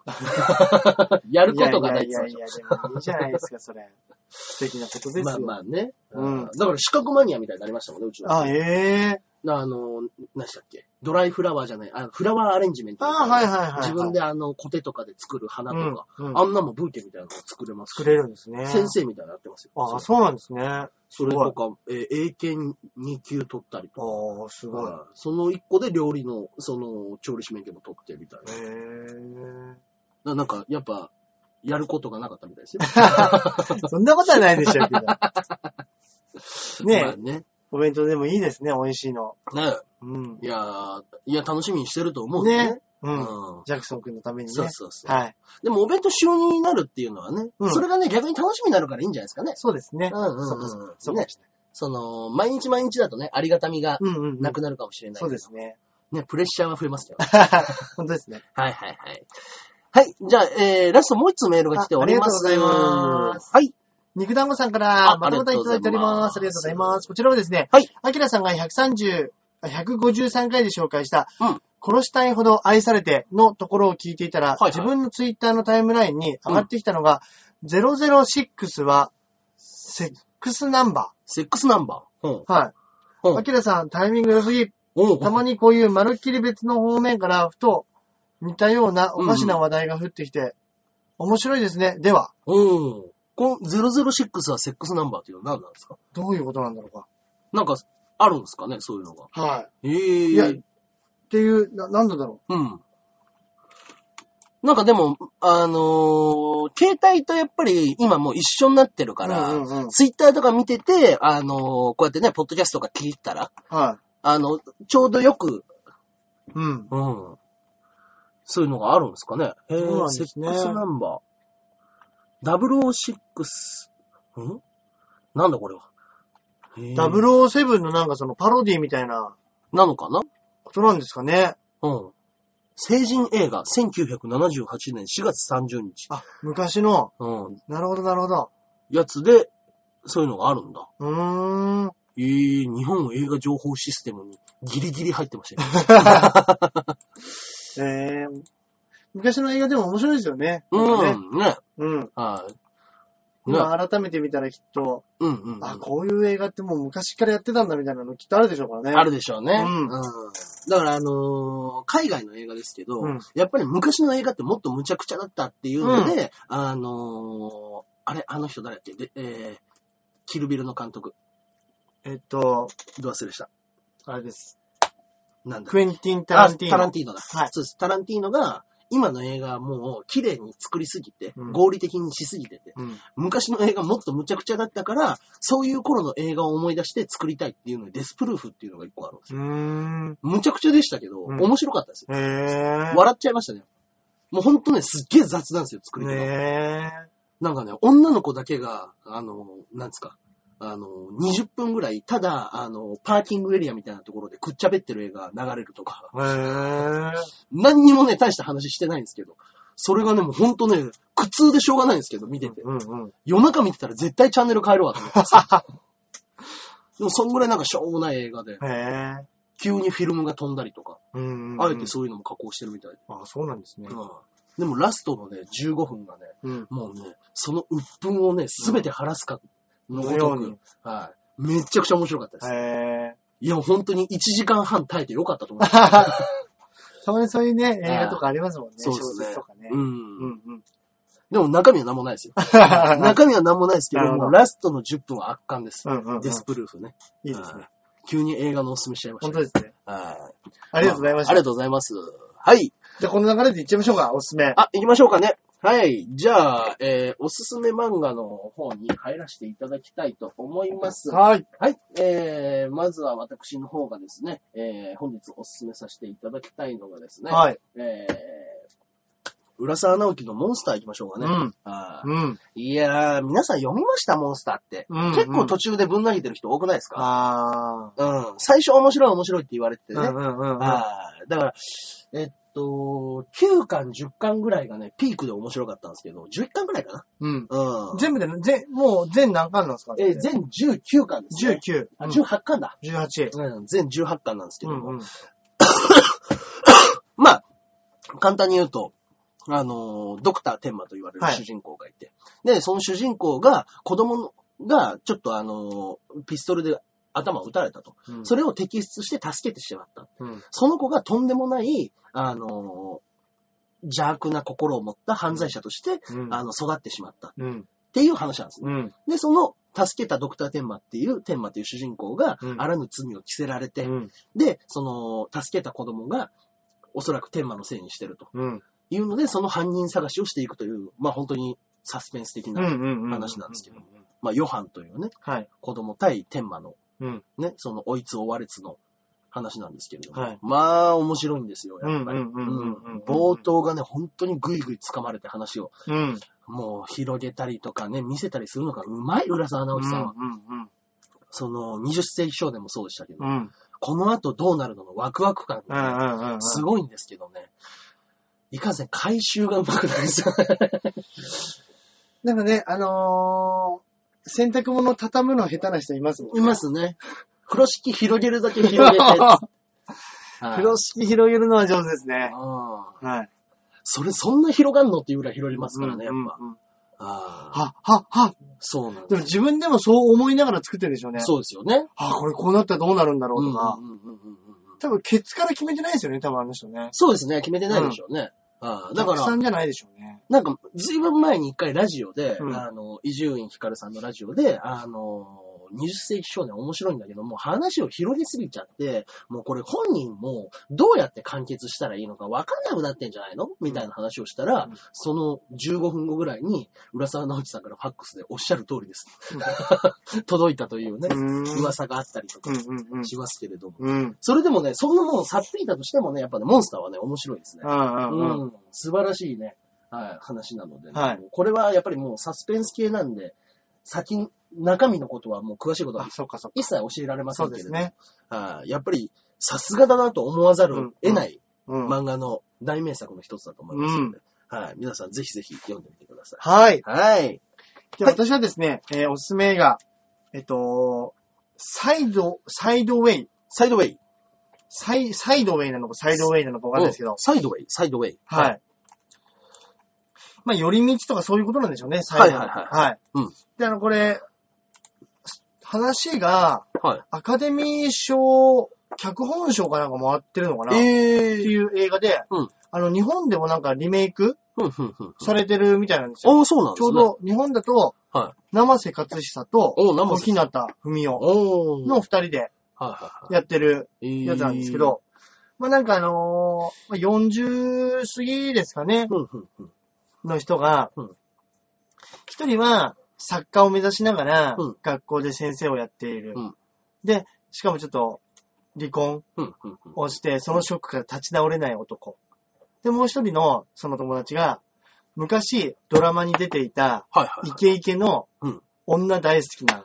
[SPEAKER 1] ら。やることがないって
[SPEAKER 2] い
[SPEAKER 1] 言っ
[SPEAKER 2] や
[SPEAKER 1] てた
[SPEAKER 2] いやい
[SPEAKER 1] で
[SPEAKER 2] や
[SPEAKER 1] し
[SPEAKER 2] いや、でもいいじゃないですか、それ。素敵なことで
[SPEAKER 1] ょ。
[SPEAKER 2] す
[SPEAKER 1] まあ
[SPEAKER 2] よ。
[SPEAKER 1] まあね、
[SPEAKER 2] うん
[SPEAKER 1] だから資格マニアみたいになりましたもんね、うちの。
[SPEAKER 2] あ、ええ
[SPEAKER 1] なあの、何でしたっけドライフラワーじゃない、あフラワーアレンジメントみた
[SPEAKER 2] ああ、
[SPEAKER 1] な。
[SPEAKER 2] はいはいはいはい。
[SPEAKER 1] 自分であの、コテとかで作る花とか、
[SPEAKER 2] うんうん
[SPEAKER 1] あんなもんブーケみたいなの作れますし
[SPEAKER 2] 作れるんですね。
[SPEAKER 1] 先。生みたいになってますよ。
[SPEAKER 2] あ
[SPEAKER 1] そ
[SPEAKER 2] あ、そうなんですね。あ
[SPEAKER 1] うそれとか、えー英検2級取ったりと
[SPEAKER 2] あ、す
[SPEAKER 1] か、
[SPEAKER 2] ごい。
[SPEAKER 1] その1個で料理の、その、調理師免許も取ってみたい
[SPEAKER 2] へ
[SPEAKER 1] な。
[SPEAKER 2] え。
[SPEAKER 1] ななんか、やっぱ、やることがなかったみたいですよ。
[SPEAKER 2] そんなことはないでしょうけ
[SPEAKER 1] (laughs)
[SPEAKER 2] ど。 (laughs) ねえ、
[SPEAKER 1] まあね。
[SPEAKER 2] お弁当でもいいですね、美味しいの。
[SPEAKER 1] ね
[SPEAKER 2] うん。
[SPEAKER 1] いやーいや、楽しみにしてると思うんでね。
[SPEAKER 2] ね。う。
[SPEAKER 1] うんん。
[SPEAKER 2] ジャクソン君のためにね。
[SPEAKER 1] そうそうそう。
[SPEAKER 2] はい。
[SPEAKER 1] でも、お弁当週2になるっていうのはね、
[SPEAKER 2] うん
[SPEAKER 1] それがね、逆に楽しみになるからいいんじゃないですかね。
[SPEAKER 2] そうですね。
[SPEAKER 1] うんうんうん
[SPEAKER 2] そうかそうかそうか
[SPEAKER 1] ねその、毎日毎日だとね、ありがたみが
[SPEAKER 2] うんうんうん。
[SPEAKER 1] なくなるかもしれない、
[SPEAKER 2] そうです。ね。
[SPEAKER 1] ね、プレッシャーは増えます
[SPEAKER 2] (laughs)
[SPEAKER 1] けど。
[SPEAKER 2] 本当ですね。
[SPEAKER 1] はいはいはい。はい。じゃあ、えー、ラストもう一つメールが来ております。
[SPEAKER 2] あありがとうございます
[SPEAKER 1] はい。
[SPEAKER 2] 肉団子さんか
[SPEAKER 1] あ
[SPEAKER 2] ら、またまた
[SPEAKER 1] ありがと
[SPEAKER 2] い
[SPEAKER 1] うご
[SPEAKER 2] ただ
[SPEAKER 1] ざいま
[SPEAKER 2] い
[SPEAKER 1] す
[SPEAKER 2] ております。ありがとうございます。こちらはですね、
[SPEAKER 1] はい。
[SPEAKER 2] アキラさんが130、あ153回で紹介した、
[SPEAKER 1] うん
[SPEAKER 2] 殺したいほど愛されてのところを聞いていたら、
[SPEAKER 1] はいはい
[SPEAKER 2] 自分のツイッターのタイムラインに上がってきたのが、006は、セックスナンバ
[SPEAKER 1] セックスナンバー。うん。
[SPEAKER 2] ー。はい。
[SPEAKER 1] うん
[SPEAKER 2] アキラさん、タイミング良すぎ。
[SPEAKER 1] うん。
[SPEAKER 2] たまにこういうまるっきり別の方面から、ふと似たようなおかしな話題が降ってきて、面白いですね。では、
[SPEAKER 1] うん。この006はセックスナンバーっていうのは何なんですか
[SPEAKER 2] どういうことなんだろうか。
[SPEAKER 1] なんか、あるんですかねそういうのが。
[SPEAKER 2] は
[SPEAKER 1] え
[SPEAKER 2] い。
[SPEAKER 1] え
[SPEAKER 2] いや、っていう、な、なんだろ
[SPEAKER 1] うん。なんかでも、あのー携帯とやっぱり今もう一緒になってる
[SPEAKER 2] う。
[SPEAKER 1] から、
[SPEAKER 2] うんうんうん。
[SPEAKER 1] ツイッターとか見てて、あのーこうやってね、ポッドキャストとか聞いたら、
[SPEAKER 2] は
[SPEAKER 1] あの、ちょうどよく、
[SPEAKER 2] い。うん。
[SPEAKER 1] うん。そういうのがあるんですかね。へ
[SPEAKER 2] そうなん
[SPEAKER 1] ぇ、
[SPEAKER 2] で
[SPEAKER 1] セ
[SPEAKER 2] すね
[SPEAKER 1] ックスナンバー。006。んなんだこれは。へー
[SPEAKER 2] 007のなんかそのパロディみたいな
[SPEAKER 1] なのかな
[SPEAKER 2] ことなんですかね。
[SPEAKER 1] うん。成人映画、1978年4月30日。
[SPEAKER 2] あ、昔の、
[SPEAKER 1] うん。
[SPEAKER 2] なるほどなるほど。
[SPEAKER 1] やつで、そういうのがあるんだ。
[SPEAKER 2] うーん。
[SPEAKER 1] ええ日本映画情報システムにギリギリ入ってま (laughs) したよ。
[SPEAKER 2] ええ昔の映画でも面白いですよね。ね
[SPEAKER 1] うん、ね。
[SPEAKER 2] うん。
[SPEAKER 1] はい。ね。
[SPEAKER 2] 今改めて見たらきっと、
[SPEAKER 1] うんうんうん。
[SPEAKER 2] あ、こういう映画ってもう昔からやってたんだみたいなのきっとあるでしょうからね。
[SPEAKER 1] あるでしょうね。
[SPEAKER 2] うん
[SPEAKER 1] だから、あのー海外の映画ですけど、
[SPEAKER 2] うん
[SPEAKER 1] やっぱり昔の映画ってもっと無茶苦茶だったっていうので、あのーあれ、あの人誰だっけで、えー、キルビルの監督。
[SPEAKER 2] えっと、
[SPEAKER 1] どう忘れした。
[SPEAKER 2] あれです。
[SPEAKER 1] なんだ
[SPEAKER 2] クエンティン・タ
[SPEAKER 1] あ
[SPEAKER 2] ランティーノ。
[SPEAKER 1] タランティーノだ。
[SPEAKER 2] はい
[SPEAKER 1] そうです。タランティーノが、今の映画はもう綺麗に作りすぎて、
[SPEAKER 2] うん
[SPEAKER 1] 合理的にしすぎてて、
[SPEAKER 2] うん
[SPEAKER 1] 昔の映画もっと無茶苦茶だったから、そういう頃の映画を思い出して作りたいっていうので、デスプルーフっていうのが一個あるんですよ。
[SPEAKER 2] うーん。
[SPEAKER 1] 無茶苦茶でしたけど、
[SPEAKER 2] うん
[SPEAKER 1] 面白かったですよ
[SPEAKER 2] へえ。
[SPEAKER 1] 笑っちゃいましたね。もうほんとね、すっげえ雑なんですよ、作り方。
[SPEAKER 2] ねえ。
[SPEAKER 1] なんかね、女の子だけが、あの、なんつうか、あの、20分ぐらい、ただ、あの、パーキングエリアみたいなところでくっちゃべってる映画流れるとか、
[SPEAKER 2] へえ。
[SPEAKER 1] 何にもね、大した話してないんですけど、それがね、もうほんとね、苦痛でしょうがないんですけど、見てて。
[SPEAKER 2] うんうん。
[SPEAKER 1] 夜中見てたら絶対チャンネル変えるわと思ってます。でも、そんぐらいなんかしょうもない映画で、
[SPEAKER 2] へえ。
[SPEAKER 1] 急にフィルムが飛んだりとか、
[SPEAKER 2] うんうんうん。
[SPEAKER 1] あえてそういうのも加工してるみたいで。
[SPEAKER 2] あ、そうなんですね。
[SPEAKER 1] うんでも、ラストのね、15分がね、
[SPEAKER 2] うん。
[SPEAKER 1] もうね、その鬱憤をね、すべて晴らすかのごと
[SPEAKER 2] うんのよう
[SPEAKER 1] く
[SPEAKER 2] に、
[SPEAKER 1] はい。めっちゃくちゃ面白かったです。い、
[SPEAKER 2] へえ。
[SPEAKER 1] や、本当に1時間半耐えてよかったと思います。
[SPEAKER 2] たまにそういうね、映画とかありますもんね。
[SPEAKER 1] そうですね
[SPEAKER 2] 小説とかね。
[SPEAKER 1] う。
[SPEAKER 2] うん (laughs) んうん。
[SPEAKER 1] でも中身は何もないで
[SPEAKER 2] (laughs)
[SPEAKER 1] すよ。中身は何もないですけど、
[SPEAKER 2] なるほど
[SPEAKER 1] もうラストの10分は圧巻です。
[SPEAKER 2] うんうんうん
[SPEAKER 1] デスプルーフね。
[SPEAKER 2] いいですね
[SPEAKER 1] は。急に映画のおすすめしちゃいまし
[SPEAKER 2] 本
[SPEAKER 1] た
[SPEAKER 2] 当
[SPEAKER 1] ね、
[SPEAKER 2] ですね。
[SPEAKER 1] はい。
[SPEAKER 2] ありがとうございまし
[SPEAKER 1] あ
[SPEAKER 2] た。
[SPEAKER 1] りがとうございます。はい。
[SPEAKER 2] じゃあこの流れでいっちゃいましょうか、おすすめ。
[SPEAKER 1] あ、行きましょうかね。はい。じゃあ、えー、おすすめ漫画の方に入らせていただきたいと思います。
[SPEAKER 2] はい。
[SPEAKER 1] はい。えー、まずは私の方がですね、えー、本日お勧めさせていただきたいのがですね、
[SPEAKER 2] はい。
[SPEAKER 1] えー、浦沢直樹のモンスター行きましょうかね。
[SPEAKER 2] うん
[SPEAKER 1] あー
[SPEAKER 2] うん。
[SPEAKER 1] いやー、皆さん読みましたモンスターって。
[SPEAKER 2] うんうん
[SPEAKER 1] 結構途中でぶん投げてる人多くないですか、
[SPEAKER 2] あ
[SPEAKER 1] うん。最初面白い面白いって言われてて
[SPEAKER 2] ー。
[SPEAKER 1] ね。
[SPEAKER 2] うんうんうんうん。
[SPEAKER 1] あーだから、えっと、9巻、10巻ぐらいがね、ピークで面白かったんですけど、11巻ぐらいかな。
[SPEAKER 2] うん。
[SPEAKER 1] うん。
[SPEAKER 2] 全部で、全、もう全何巻なんですか
[SPEAKER 1] えー全19巻です、ね。
[SPEAKER 2] 19、
[SPEAKER 1] あ、
[SPEAKER 2] うん
[SPEAKER 1] 18巻だ。
[SPEAKER 2] 18。
[SPEAKER 1] うん、全18巻なんですけ
[SPEAKER 2] う
[SPEAKER 1] ども、
[SPEAKER 2] んうん。
[SPEAKER 1] まあ、簡単に言うと、あのー、ドクター天馬と言われる
[SPEAKER 2] はい
[SPEAKER 1] 主人公がいて、で、その主人公が子供のが、ちょっとあのー、ピストルで頭を撃たれたと。
[SPEAKER 2] うん
[SPEAKER 1] それを摘出して助けてしまった。
[SPEAKER 2] うん
[SPEAKER 1] その子がとんでもない、あのー、邪悪な心を持った犯罪者として、
[SPEAKER 2] うん
[SPEAKER 1] あの、育ってしまったっ
[SPEAKER 2] うん。
[SPEAKER 1] ていう話なんですね。
[SPEAKER 2] うん。
[SPEAKER 1] で、その、助けたドクター天馬っていう、天馬っていう主人公が
[SPEAKER 2] う、ん
[SPEAKER 1] あらぬ罪を着せられて、
[SPEAKER 2] うん。
[SPEAKER 1] で、その、助けた子供が、おそらく天魔のせいにしてると
[SPEAKER 2] うん。
[SPEAKER 1] いうので、その犯人探しをしていくという、まあ本当にサスペンス的
[SPEAKER 2] う
[SPEAKER 1] な、
[SPEAKER 2] んうん。うん
[SPEAKER 1] 話なんですけど。まあヨハンというね、
[SPEAKER 2] はい。
[SPEAKER 1] 子供対天魔の、
[SPEAKER 2] うん。
[SPEAKER 1] ね、その追いつ追われつの話なんですけれども、
[SPEAKER 2] はい
[SPEAKER 1] まあ面白いんですよ、やっぱり。
[SPEAKER 2] うんうんうんうんうん
[SPEAKER 1] うん冒頭がね、本当にぐいぐい掴まれて話を、
[SPEAKER 2] うん。
[SPEAKER 1] もう広げたりとかね、見せたりするのがうまい、浦沢直樹さんは。
[SPEAKER 2] うん
[SPEAKER 1] その、20世紀少年もそうでしたけど、
[SPEAKER 2] うんうん。うん。
[SPEAKER 1] この後どうなるののワクワク感
[SPEAKER 2] う
[SPEAKER 1] がね、
[SPEAKER 2] んうんうん。
[SPEAKER 1] すごいんですけどね。いかんせん回収がうまくないですよね。
[SPEAKER 2] なんかね、あのー、洗濯物畳むの下手な人いますもんね。
[SPEAKER 1] いま。すね。風呂敷広げるだけ広げ
[SPEAKER 2] (laughs)
[SPEAKER 1] て。
[SPEAKER 2] 風呂敷広げるのは上手ですね。
[SPEAKER 1] ああ
[SPEAKER 2] はい。
[SPEAKER 1] それそんな広がんのっていうぐらい広げますからね、やっ
[SPEAKER 2] うんうん
[SPEAKER 1] ぱ。
[SPEAKER 2] うん
[SPEAKER 1] ああ
[SPEAKER 2] は、は、は。
[SPEAKER 1] そうなん
[SPEAKER 2] で
[SPEAKER 1] で
[SPEAKER 2] も
[SPEAKER 1] す。
[SPEAKER 2] 自分でもそう思いながら作ってるんでしょうね。う。
[SPEAKER 1] そうですよね。
[SPEAKER 2] あ、これこうなったらどうなるんだろ
[SPEAKER 1] うん
[SPEAKER 2] う
[SPEAKER 1] うん
[SPEAKER 2] と
[SPEAKER 1] うん
[SPEAKER 2] か。
[SPEAKER 1] うんうん
[SPEAKER 2] 多分、ケツから決めてないですよね、多分あの人ね。
[SPEAKER 1] そうですね。決めてないでしょうね。ああだか
[SPEAKER 2] お客さ
[SPEAKER 1] ら、
[SPEAKER 2] んじゃないでしょうね。
[SPEAKER 1] なんか、ずいぶん前に一回ラジオで、
[SPEAKER 2] うん
[SPEAKER 1] あの、伊集院光さんのラジオで、あの、20世紀少年面白いんだけど、もう話を広げすぎちゃって、もうこれ本人もどうやって完結したらいいのか分かんなくなってんじゃないのみたいな話をしたら、
[SPEAKER 2] うん
[SPEAKER 1] その15分後ぐらいに、浦沢直樹さんからファックスでおっしゃる通りです。
[SPEAKER 2] (laughs)
[SPEAKER 1] 届いたというね、
[SPEAKER 2] うん
[SPEAKER 1] 噂があったりと
[SPEAKER 2] う
[SPEAKER 1] か
[SPEAKER 2] んうんうん。
[SPEAKER 1] しますけれども。
[SPEAKER 2] うん。
[SPEAKER 1] それでもね、そんなもんさっぴいたとしてもね、やっぱね、モンスターはね、面白いですね。
[SPEAKER 2] うんうんうん。
[SPEAKER 1] うん、素晴らしいね、はい、話なので、ね
[SPEAKER 2] はい
[SPEAKER 1] もうこれはやっぱりもうサスペンス系なんで、先に、中身のことはもう詳しいことは
[SPEAKER 2] あ、そっかそっ
[SPEAKER 1] 一切教えられませ
[SPEAKER 2] か。そ
[SPEAKER 1] ん
[SPEAKER 2] う
[SPEAKER 1] け
[SPEAKER 2] で
[SPEAKER 1] れ
[SPEAKER 2] す
[SPEAKER 1] ど、
[SPEAKER 2] ね。
[SPEAKER 1] はいやっぱりさすがだなと思わざるを得ない
[SPEAKER 2] うん。
[SPEAKER 1] 漫画の大名作の一つだと思いますので、はい、皆さんぜひぜひ読んでみてください。
[SPEAKER 2] はい。
[SPEAKER 1] はい。
[SPEAKER 2] で、私はですね、えーおすすめ映画、えっと、サイド、サイドウェイ。
[SPEAKER 1] サイドウェイ。
[SPEAKER 2] サイ、サイドウェイなのかサイドウェイなのかわかんないですけ
[SPEAKER 1] う
[SPEAKER 2] ど
[SPEAKER 1] ん。サイドウェイ、サイドウェイ。
[SPEAKER 2] はい。まあ、寄り道とかそういうことなんでしょうね、サイドウェ
[SPEAKER 1] は
[SPEAKER 2] イ
[SPEAKER 1] いはい
[SPEAKER 2] はい。
[SPEAKER 1] うん
[SPEAKER 2] で、あの、これ、話が、
[SPEAKER 1] は
[SPEAKER 2] アカデミー賞、脚本賞かなんか回ってるのか
[SPEAKER 1] い。
[SPEAKER 2] な、っ
[SPEAKER 1] えー。
[SPEAKER 2] ていう映画で、
[SPEAKER 1] うん
[SPEAKER 2] あの、日本でもなんかリメイク
[SPEAKER 1] ふんふんふん。
[SPEAKER 2] されてるみたいなんですよ。
[SPEAKER 1] ああ、そうなんです
[SPEAKER 2] ちょ
[SPEAKER 1] ね。
[SPEAKER 2] う。ど、日本だと、
[SPEAKER 1] は
[SPEAKER 2] 生瀬勝久と、
[SPEAKER 1] お生瀬
[SPEAKER 2] 小日向文世
[SPEAKER 1] おー。
[SPEAKER 2] の二人で
[SPEAKER 1] はいは
[SPEAKER 2] やってる
[SPEAKER 1] いはい。
[SPEAKER 2] やつなんですけど、まあなんかあのーまあ40過ぎですかね
[SPEAKER 1] え、ー。うんうんうん。
[SPEAKER 2] の人が
[SPEAKER 1] うん、
[SPEAKER 2] 一人は作家を目指しながら
[SPEAKER 1] うん、
[SPEAKER 2] 学校で先生をやっている
[SPEAKER 1] うん。
[SPEAKER 2] で、しかもちょっと、離婚
[SPEAKER 1] うんうんうん。
[SPEAKER 2] をして、そのショックから立ち直れない男。で、もう一人のその友達が、昔ドラマに出ていた、
[SPEAKER 1] はいはい
[SPEAKER 2] イ
[SPEAKER 1] はい。
[SPEAKER 2] ケイケの
[SPEAKER 1] うん
[SPEAKER 2] 女大好きな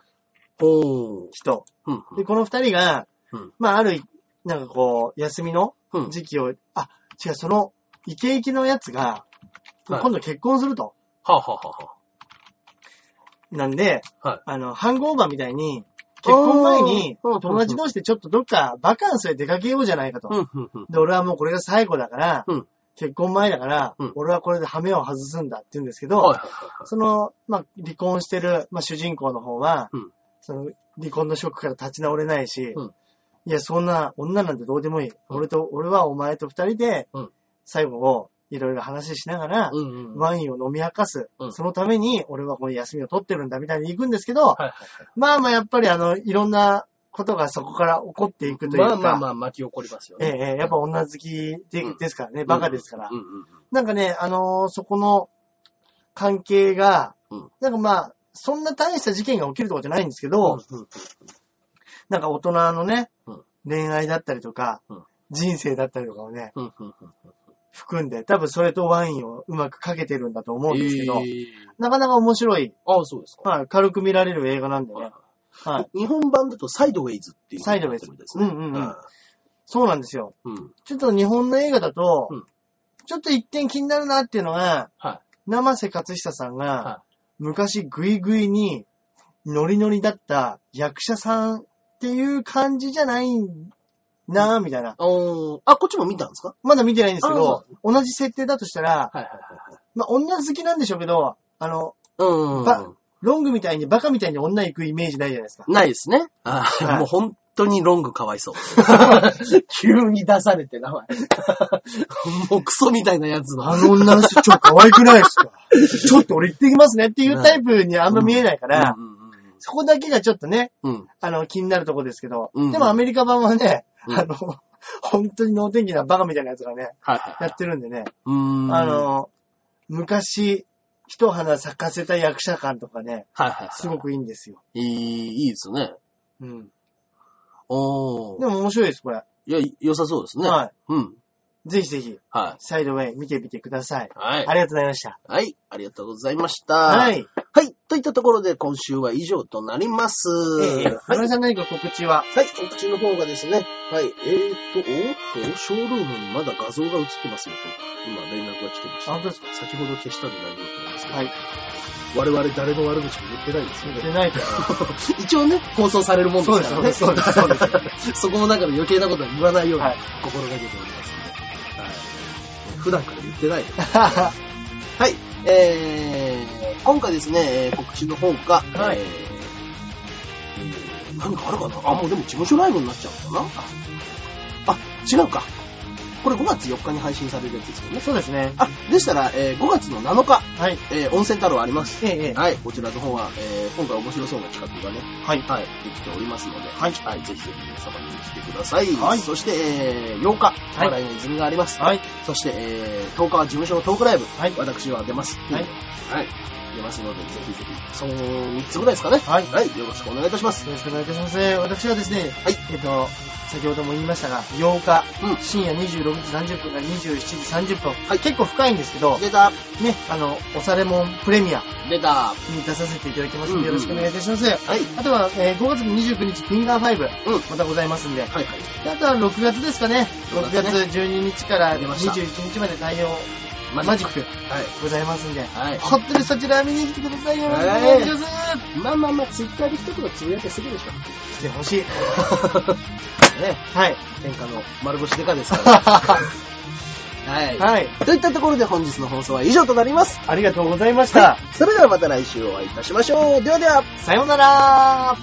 [SPEAKER 1] おー。
[SPEAKER 2] 人。
[SPEAKER 1] うんう
[SPEAKER 2] で、
[SPEAKER 1] ん。
[SPEAKER 2] この二人が、
[SPEAKER 1] うん
[SPEAKER 2] まあ、ある、なんかこう、休みの
[SPEAKER 1] うん。
[SPEAKER 2] 時期を、あ、違う、その、イケイケのやつが、
[SPEAKER 1] はい
[SPEAKER 2] 今度結婚すると。
[SPEAKER 1] はあ、はあは
[SPEAKER 2] なんで、
[SPEAKER 1] あ、はい。
[SPEAKER 2] あの、ハングオーバーみたいに、結婚前に、
[SPEAKER 1] あーうん
[SPEAKER 2] 友達同士でちょっとどっかバカンスへ出かけようじゃないかと。
[SPEAKER 1] うんうんうん。
[SPEAKER 2] で、俺はもうこれが最後だから、
[SPEAKER 1] うん
[SPEAKER 2] 結婚前だから、
[SPEAKER 1] うん
[SPEAKER 2] 俺はこれでハメを外すんだって言うんですけど、
[SPEAKER 1] はいはいはいはい。
[SPEAKER 2] その、まあ、離婚してる、まあ、主人公の方は、
[SPEAKER 1] うん
[SPEAKER 2] その、離婚のショックから立ち直れないし、
[SPEAKER 1] うん
[SPEAKER 2] いや、そんな、女なんてどうでもいい。俺と、俺はお前と二人で
[SPEAKER 1] うん、
[SPEAKER 2] 最後を、いろいろ話ししながら、
[SPEAKER 1] うんうん。はい
[SPEAKER 2] ワインを飲み明かす。
[SPEAKER 1] うん
[SPEAKER 2] そのために、俺はこの休みを取ってるんだ、みたいに行くんですけど、
[SPEAKER 1] はいは
[SPEAKER 2] まあまあ、やっぱり、あの、いろんなことがそこから起こっていく
[SPEAKER 1] い。
[SPEAKER 2] という
[SPEAKER 1] まあ
[SPEAKER 2] か、
[SPEAKER 1] まあまあ巻き起こりますよ
[SPEAKER 2] ええ
[SPEAKER 1] ね。
[SPEAKER 2] ええやっぱ女好きで
[SPEAKER 1] うん
[SPEAKER 2] ですからね、バカですから
[SPEAKER 1] うん。うんうん。
[SPEAKER 2] なんかね、あのーそこの関係が、
[SPEAKER 1] うん
[SPEAKER 2] なんかまあ、そんな大した事件が起きるとかじゃないんですけど、
[SPEAKER 1] うんうん
[SPEAKER 2] なんか大人のね、
[SPEAKER 1] うん
[SPEAKER 2] 恋愛だったりとか、
[SPEAKER 1] うん
[SPEAKER 2] 人生だったりとかをね、
[SPEAKER 1] うんうんうん
[SPEAKER 2] 含んで、多分それとワインをうまくかけてるんだと思うんですけ
[SPEAKER 1] え
[SPEAKER 2] ど、
[SPEAKER 1] ー
[SPEAKER 2] なかなか面白い、
[SPEAKER 1] ああ、そうですか。
[SPEAKER 2] まあ、軽く見られる映画なんで
[SPEAKER 1] はい
[SPEAKER 2] ね、はい。
[SPEAKER 1] 日本版だとサイドウェイズっていう。
[SPEAKER 2] サイドウェイズ
[SPEAKER 1] ですね。
[SPEAKER 2] うんうんうん
[SPEAKER 1] は
[SPEAKER 2] そうなんですよ。
[SPEAKER 1] いうん。
[SPEAKER 2] ちょっと日本の映画だと、
[SPEAKER 1] うん
[SPEAKER 2] ちょっと一点気になるなっていうのが、
[SPEAKER 1] は
[SPEAKER 2] 生瀬勝久さんが、
[SPEAKER 1] は
[SPEAKER 2] 昔グイグイにノリノリだった役者さんっていう感じじゃないなぁ、みたいな。
[SPEAKER 1] い。おーあ、こっちも見たんですか
[SPEAKER 2] まだ見てないんですけ
[SPEAKER 1] あ
[SPEAKER 2] ど、同じ設定だとした
[SPEAKER 1] は
[SPEAKER 2] ら、
[SPEAKER 1] いはいはい。
[SPEAKER 2] まあ、女好きなんでしょうけど、あの、
[SPEAKER 1] うんうん
[SPEAKER 2] ば
[SPEAKER 1] うん。
[SPEAKER 2] ロングみたいにバカみたいに女行くイメージないじゃないですか。
[SPEAKER 1] ないですね。あー
[SPEAKER 2] はい
[SPEAKER 1] もう本当にロングかわいそう。 (laughs) 急に出されて、名前。 (laughs) もうクソみたいなやつだ。
[SPEAKER 2] あの女の人超可愛くないです
[SPEAKER 1] (laughs)
[SPEAKER 2] かちょっと俺行ってきますねっていうタイプにあんま見えないから、
[SPEAKER 1] うんうん
[SPEAKER 2] そこだけがちょっとね、
[SPEAKER 1] うんうん。
[SPEAKER 2] あの、気になるとこですけど、
[SPEAKER 1] うん
[SPEAKER 2] でもアメリカ版はね、
[SPEAKER 1] うん
[SPEAKER 2] あの、本当に能天気なバカみたいなやつがね、
[SPEAKER 1] はいはいは
[SPEAKER 2] や
[SPEAKER 1] い。
[SPEAKER 2] ってるんでね、
[SPEAKER 1] うーん。
[SPEAKER 2] あ、の、昔、一花咲かせた役者感とかね、
[SPEAKER 1] はいはい。
[SPEAKER 2] すご。くいいんですよ。
[SPEAKER 1] いい、いいですね。
[SPEAKER 2] うん。
[SPEAKER 1] お
[SPEAKER 2] で
[SPEAKER 1] ー。
[SPEAKER 2] も面白いです、これ。
[SPEAKER 1] いや、良さそうですね。。
[SPEAKER 2] はい
[SPEAKER 1] うん。
[SPEAKER 2] い。ぜひぜひ、
[SPEAKER 1] はい。
[SPEAKER 2] サイドウェイ見てみてください。
[SPEAKER 1] はい
[SPEAKER 2] あ。りがとうございました。
[SPEAKER 1] はい。ありがとうございました。
[SPEAKER 2] は。い。
[SPEAKER 1] はい。といったところで今週は以上となります。
[SPEAKER 2] えー、
[SPEAKER 1] は
[SPEAKER 2] 花
[SPEAKER 1] い。
[SPEAKER 2] 井さん何か告知は
[SPEAKER 1] はい。告知の方がですね。はい。えーと、おーっと、ショールームにまだ画像が映ってますよと、今連絡が来てまし
[SPEAKER 2] あ
[SPEAKER 1] た。
[SPEAKER 2] 本当ですか
[SPEAKER 1] 先ほど消したんで大丈夫だと思いますけど、
[SPEAKER 2] はい。
[SPEAKER 1] 我々誰の悪口も言ってないですよ
[SPEAKER 2] 言っ
[SPEAKER 1] ね。
[SPEAKER 2] てないから。
[SPEAKER 1] (laughs) 一応ね、放送されるもんですからね。
[SPEAKER 2] そうですそうですそうで
[SPEAKER 1] そこの中で余計なことは言わないように
[SPEAKER 2] はい
[SPEAKER 1] 心がけておりますので。はい。普段から言ってないよはい、えー、今回ですね、えー告知の方が、
[SPEAKER 2] はい
[SPEAKER 1] えーえー何かあるかなあ、もうでも事務所ライブになっちゃうのかなあ、違うか。これ5月4日に配信されるやつですよね。
[SPEAKER 2] (laughs) そうですね。
[SPEAKER 1] あ、でしたら、えー5月の7日、
[SPEAKER 2] はい。
[SPEAKER 1] えー温泉太郎あります。
[SPEAKER 2] えー、えー、
[SPEAKER 1] はい、こちらの方は、えー今回面白そうな企画がね、
[SPEAKER 2] はい。
[SPEAKER 1] はい、できておりますので、
[SPEAKER 2] はい
[SPEAKER 1] ぜひぜひ皆様に来てください。
[SPEAKER 2] はい
[SPEAKER 1] そして、えー8日、
[SPEAKER 2] い
[SPEAKER 1] 笑いの泉があります。
[SPEAKER 2] はい。
[SPEAKER 1] そして、えー10日は事務所のトークライブ。
[SPEAKER 2] はい
[SPEAKER 1] 私は出ます。
[SPEAKER 2] はい
[SPEAKER 1] はい。出ますので、ぜひぜひ、その3つぐらいですかね。
[SPEAKER 2] はい
[SPEAKER 1] はい。よろしくお願いいたします。
[SPEAKER 2] よろしくお願いいたします。私はですね、
[SPEAKER 1] はい
[SPEAKER 2] えっと、先ほども言いましたが、8日、
[SPEAKER 1] うん
[SPEAKER 2] 深夜26時30分から27時30分、
[SPEAKER 1] はい
[SPEAKER 2] 結構深いんですけど、ね、
[SPEAKER 1] 出た
[SPEAKER 2] あの、おされもんプレミア
[SPEAKER 1] 出たは
[SPEAKER 2] に出させていただきます
[SPEAKER 1] うんう
[SPEAKER 2] の
[SPEAKER 1] ん
[SPEAKER 2] で、よろしくお願いいたします。
[SPEAKER 1] い。
[SPEAKER 2] あとは、えー5月29日、フィンガー5、
[SPEAKER 1] うん。
[SPEAKER 2] またございますんで、
[SPEAKER 1] はいはい。
[SPEAKER 2] であとは6月ですかね、
[SPEAKER 1] そう
[SPEAKER 2] 6
[SPEAKER 1] ですね
[SPEAKER 2] 月12日から
[SPEAKER 1] 出ました
[SPEAKER 2] 21日まで対応
[SPEAKER 1] マ
[SPEAKER 2] マ
[SPEAKER 1] ジ
[SPEAKER 2] ジ
[SPEAKER 1] ッ
[SPEAKER 2] ック
[SPEAKER 1] ク。はい。
[SPEAKER 2] ございますんで、
[SPEAKER 1] はい。
[SPEAKER 2] 本当にそちら見に来てくださいよ。よろしくお願いします。
[SPEAKER 1] まあまあまあ、ツイッターで一言つぶやいてすぐでしょ。
[SPEAKER 2] 来てほ
[SPEAKER 1] (laughs)
[SPEAKER 2] しい。 (laughs)
[SPEAKER 1] ね。 (laughs)
[SPEAKER 2] はい。
[SPEAKER 1] 天下の丸腰デカです
[SPEAKER 2] (laughs)
[SPEAKER 1] から。はい。
[SPEAKER 2] はい。
[SPEAKER 1] といったところで本日の放送は以上となります。
[SPEAKER 2] ありがとうございました。
[SPEAKER 1] それではまた来週お会いいたしましょう。ではでは。
[SPEAKER 2] さようなら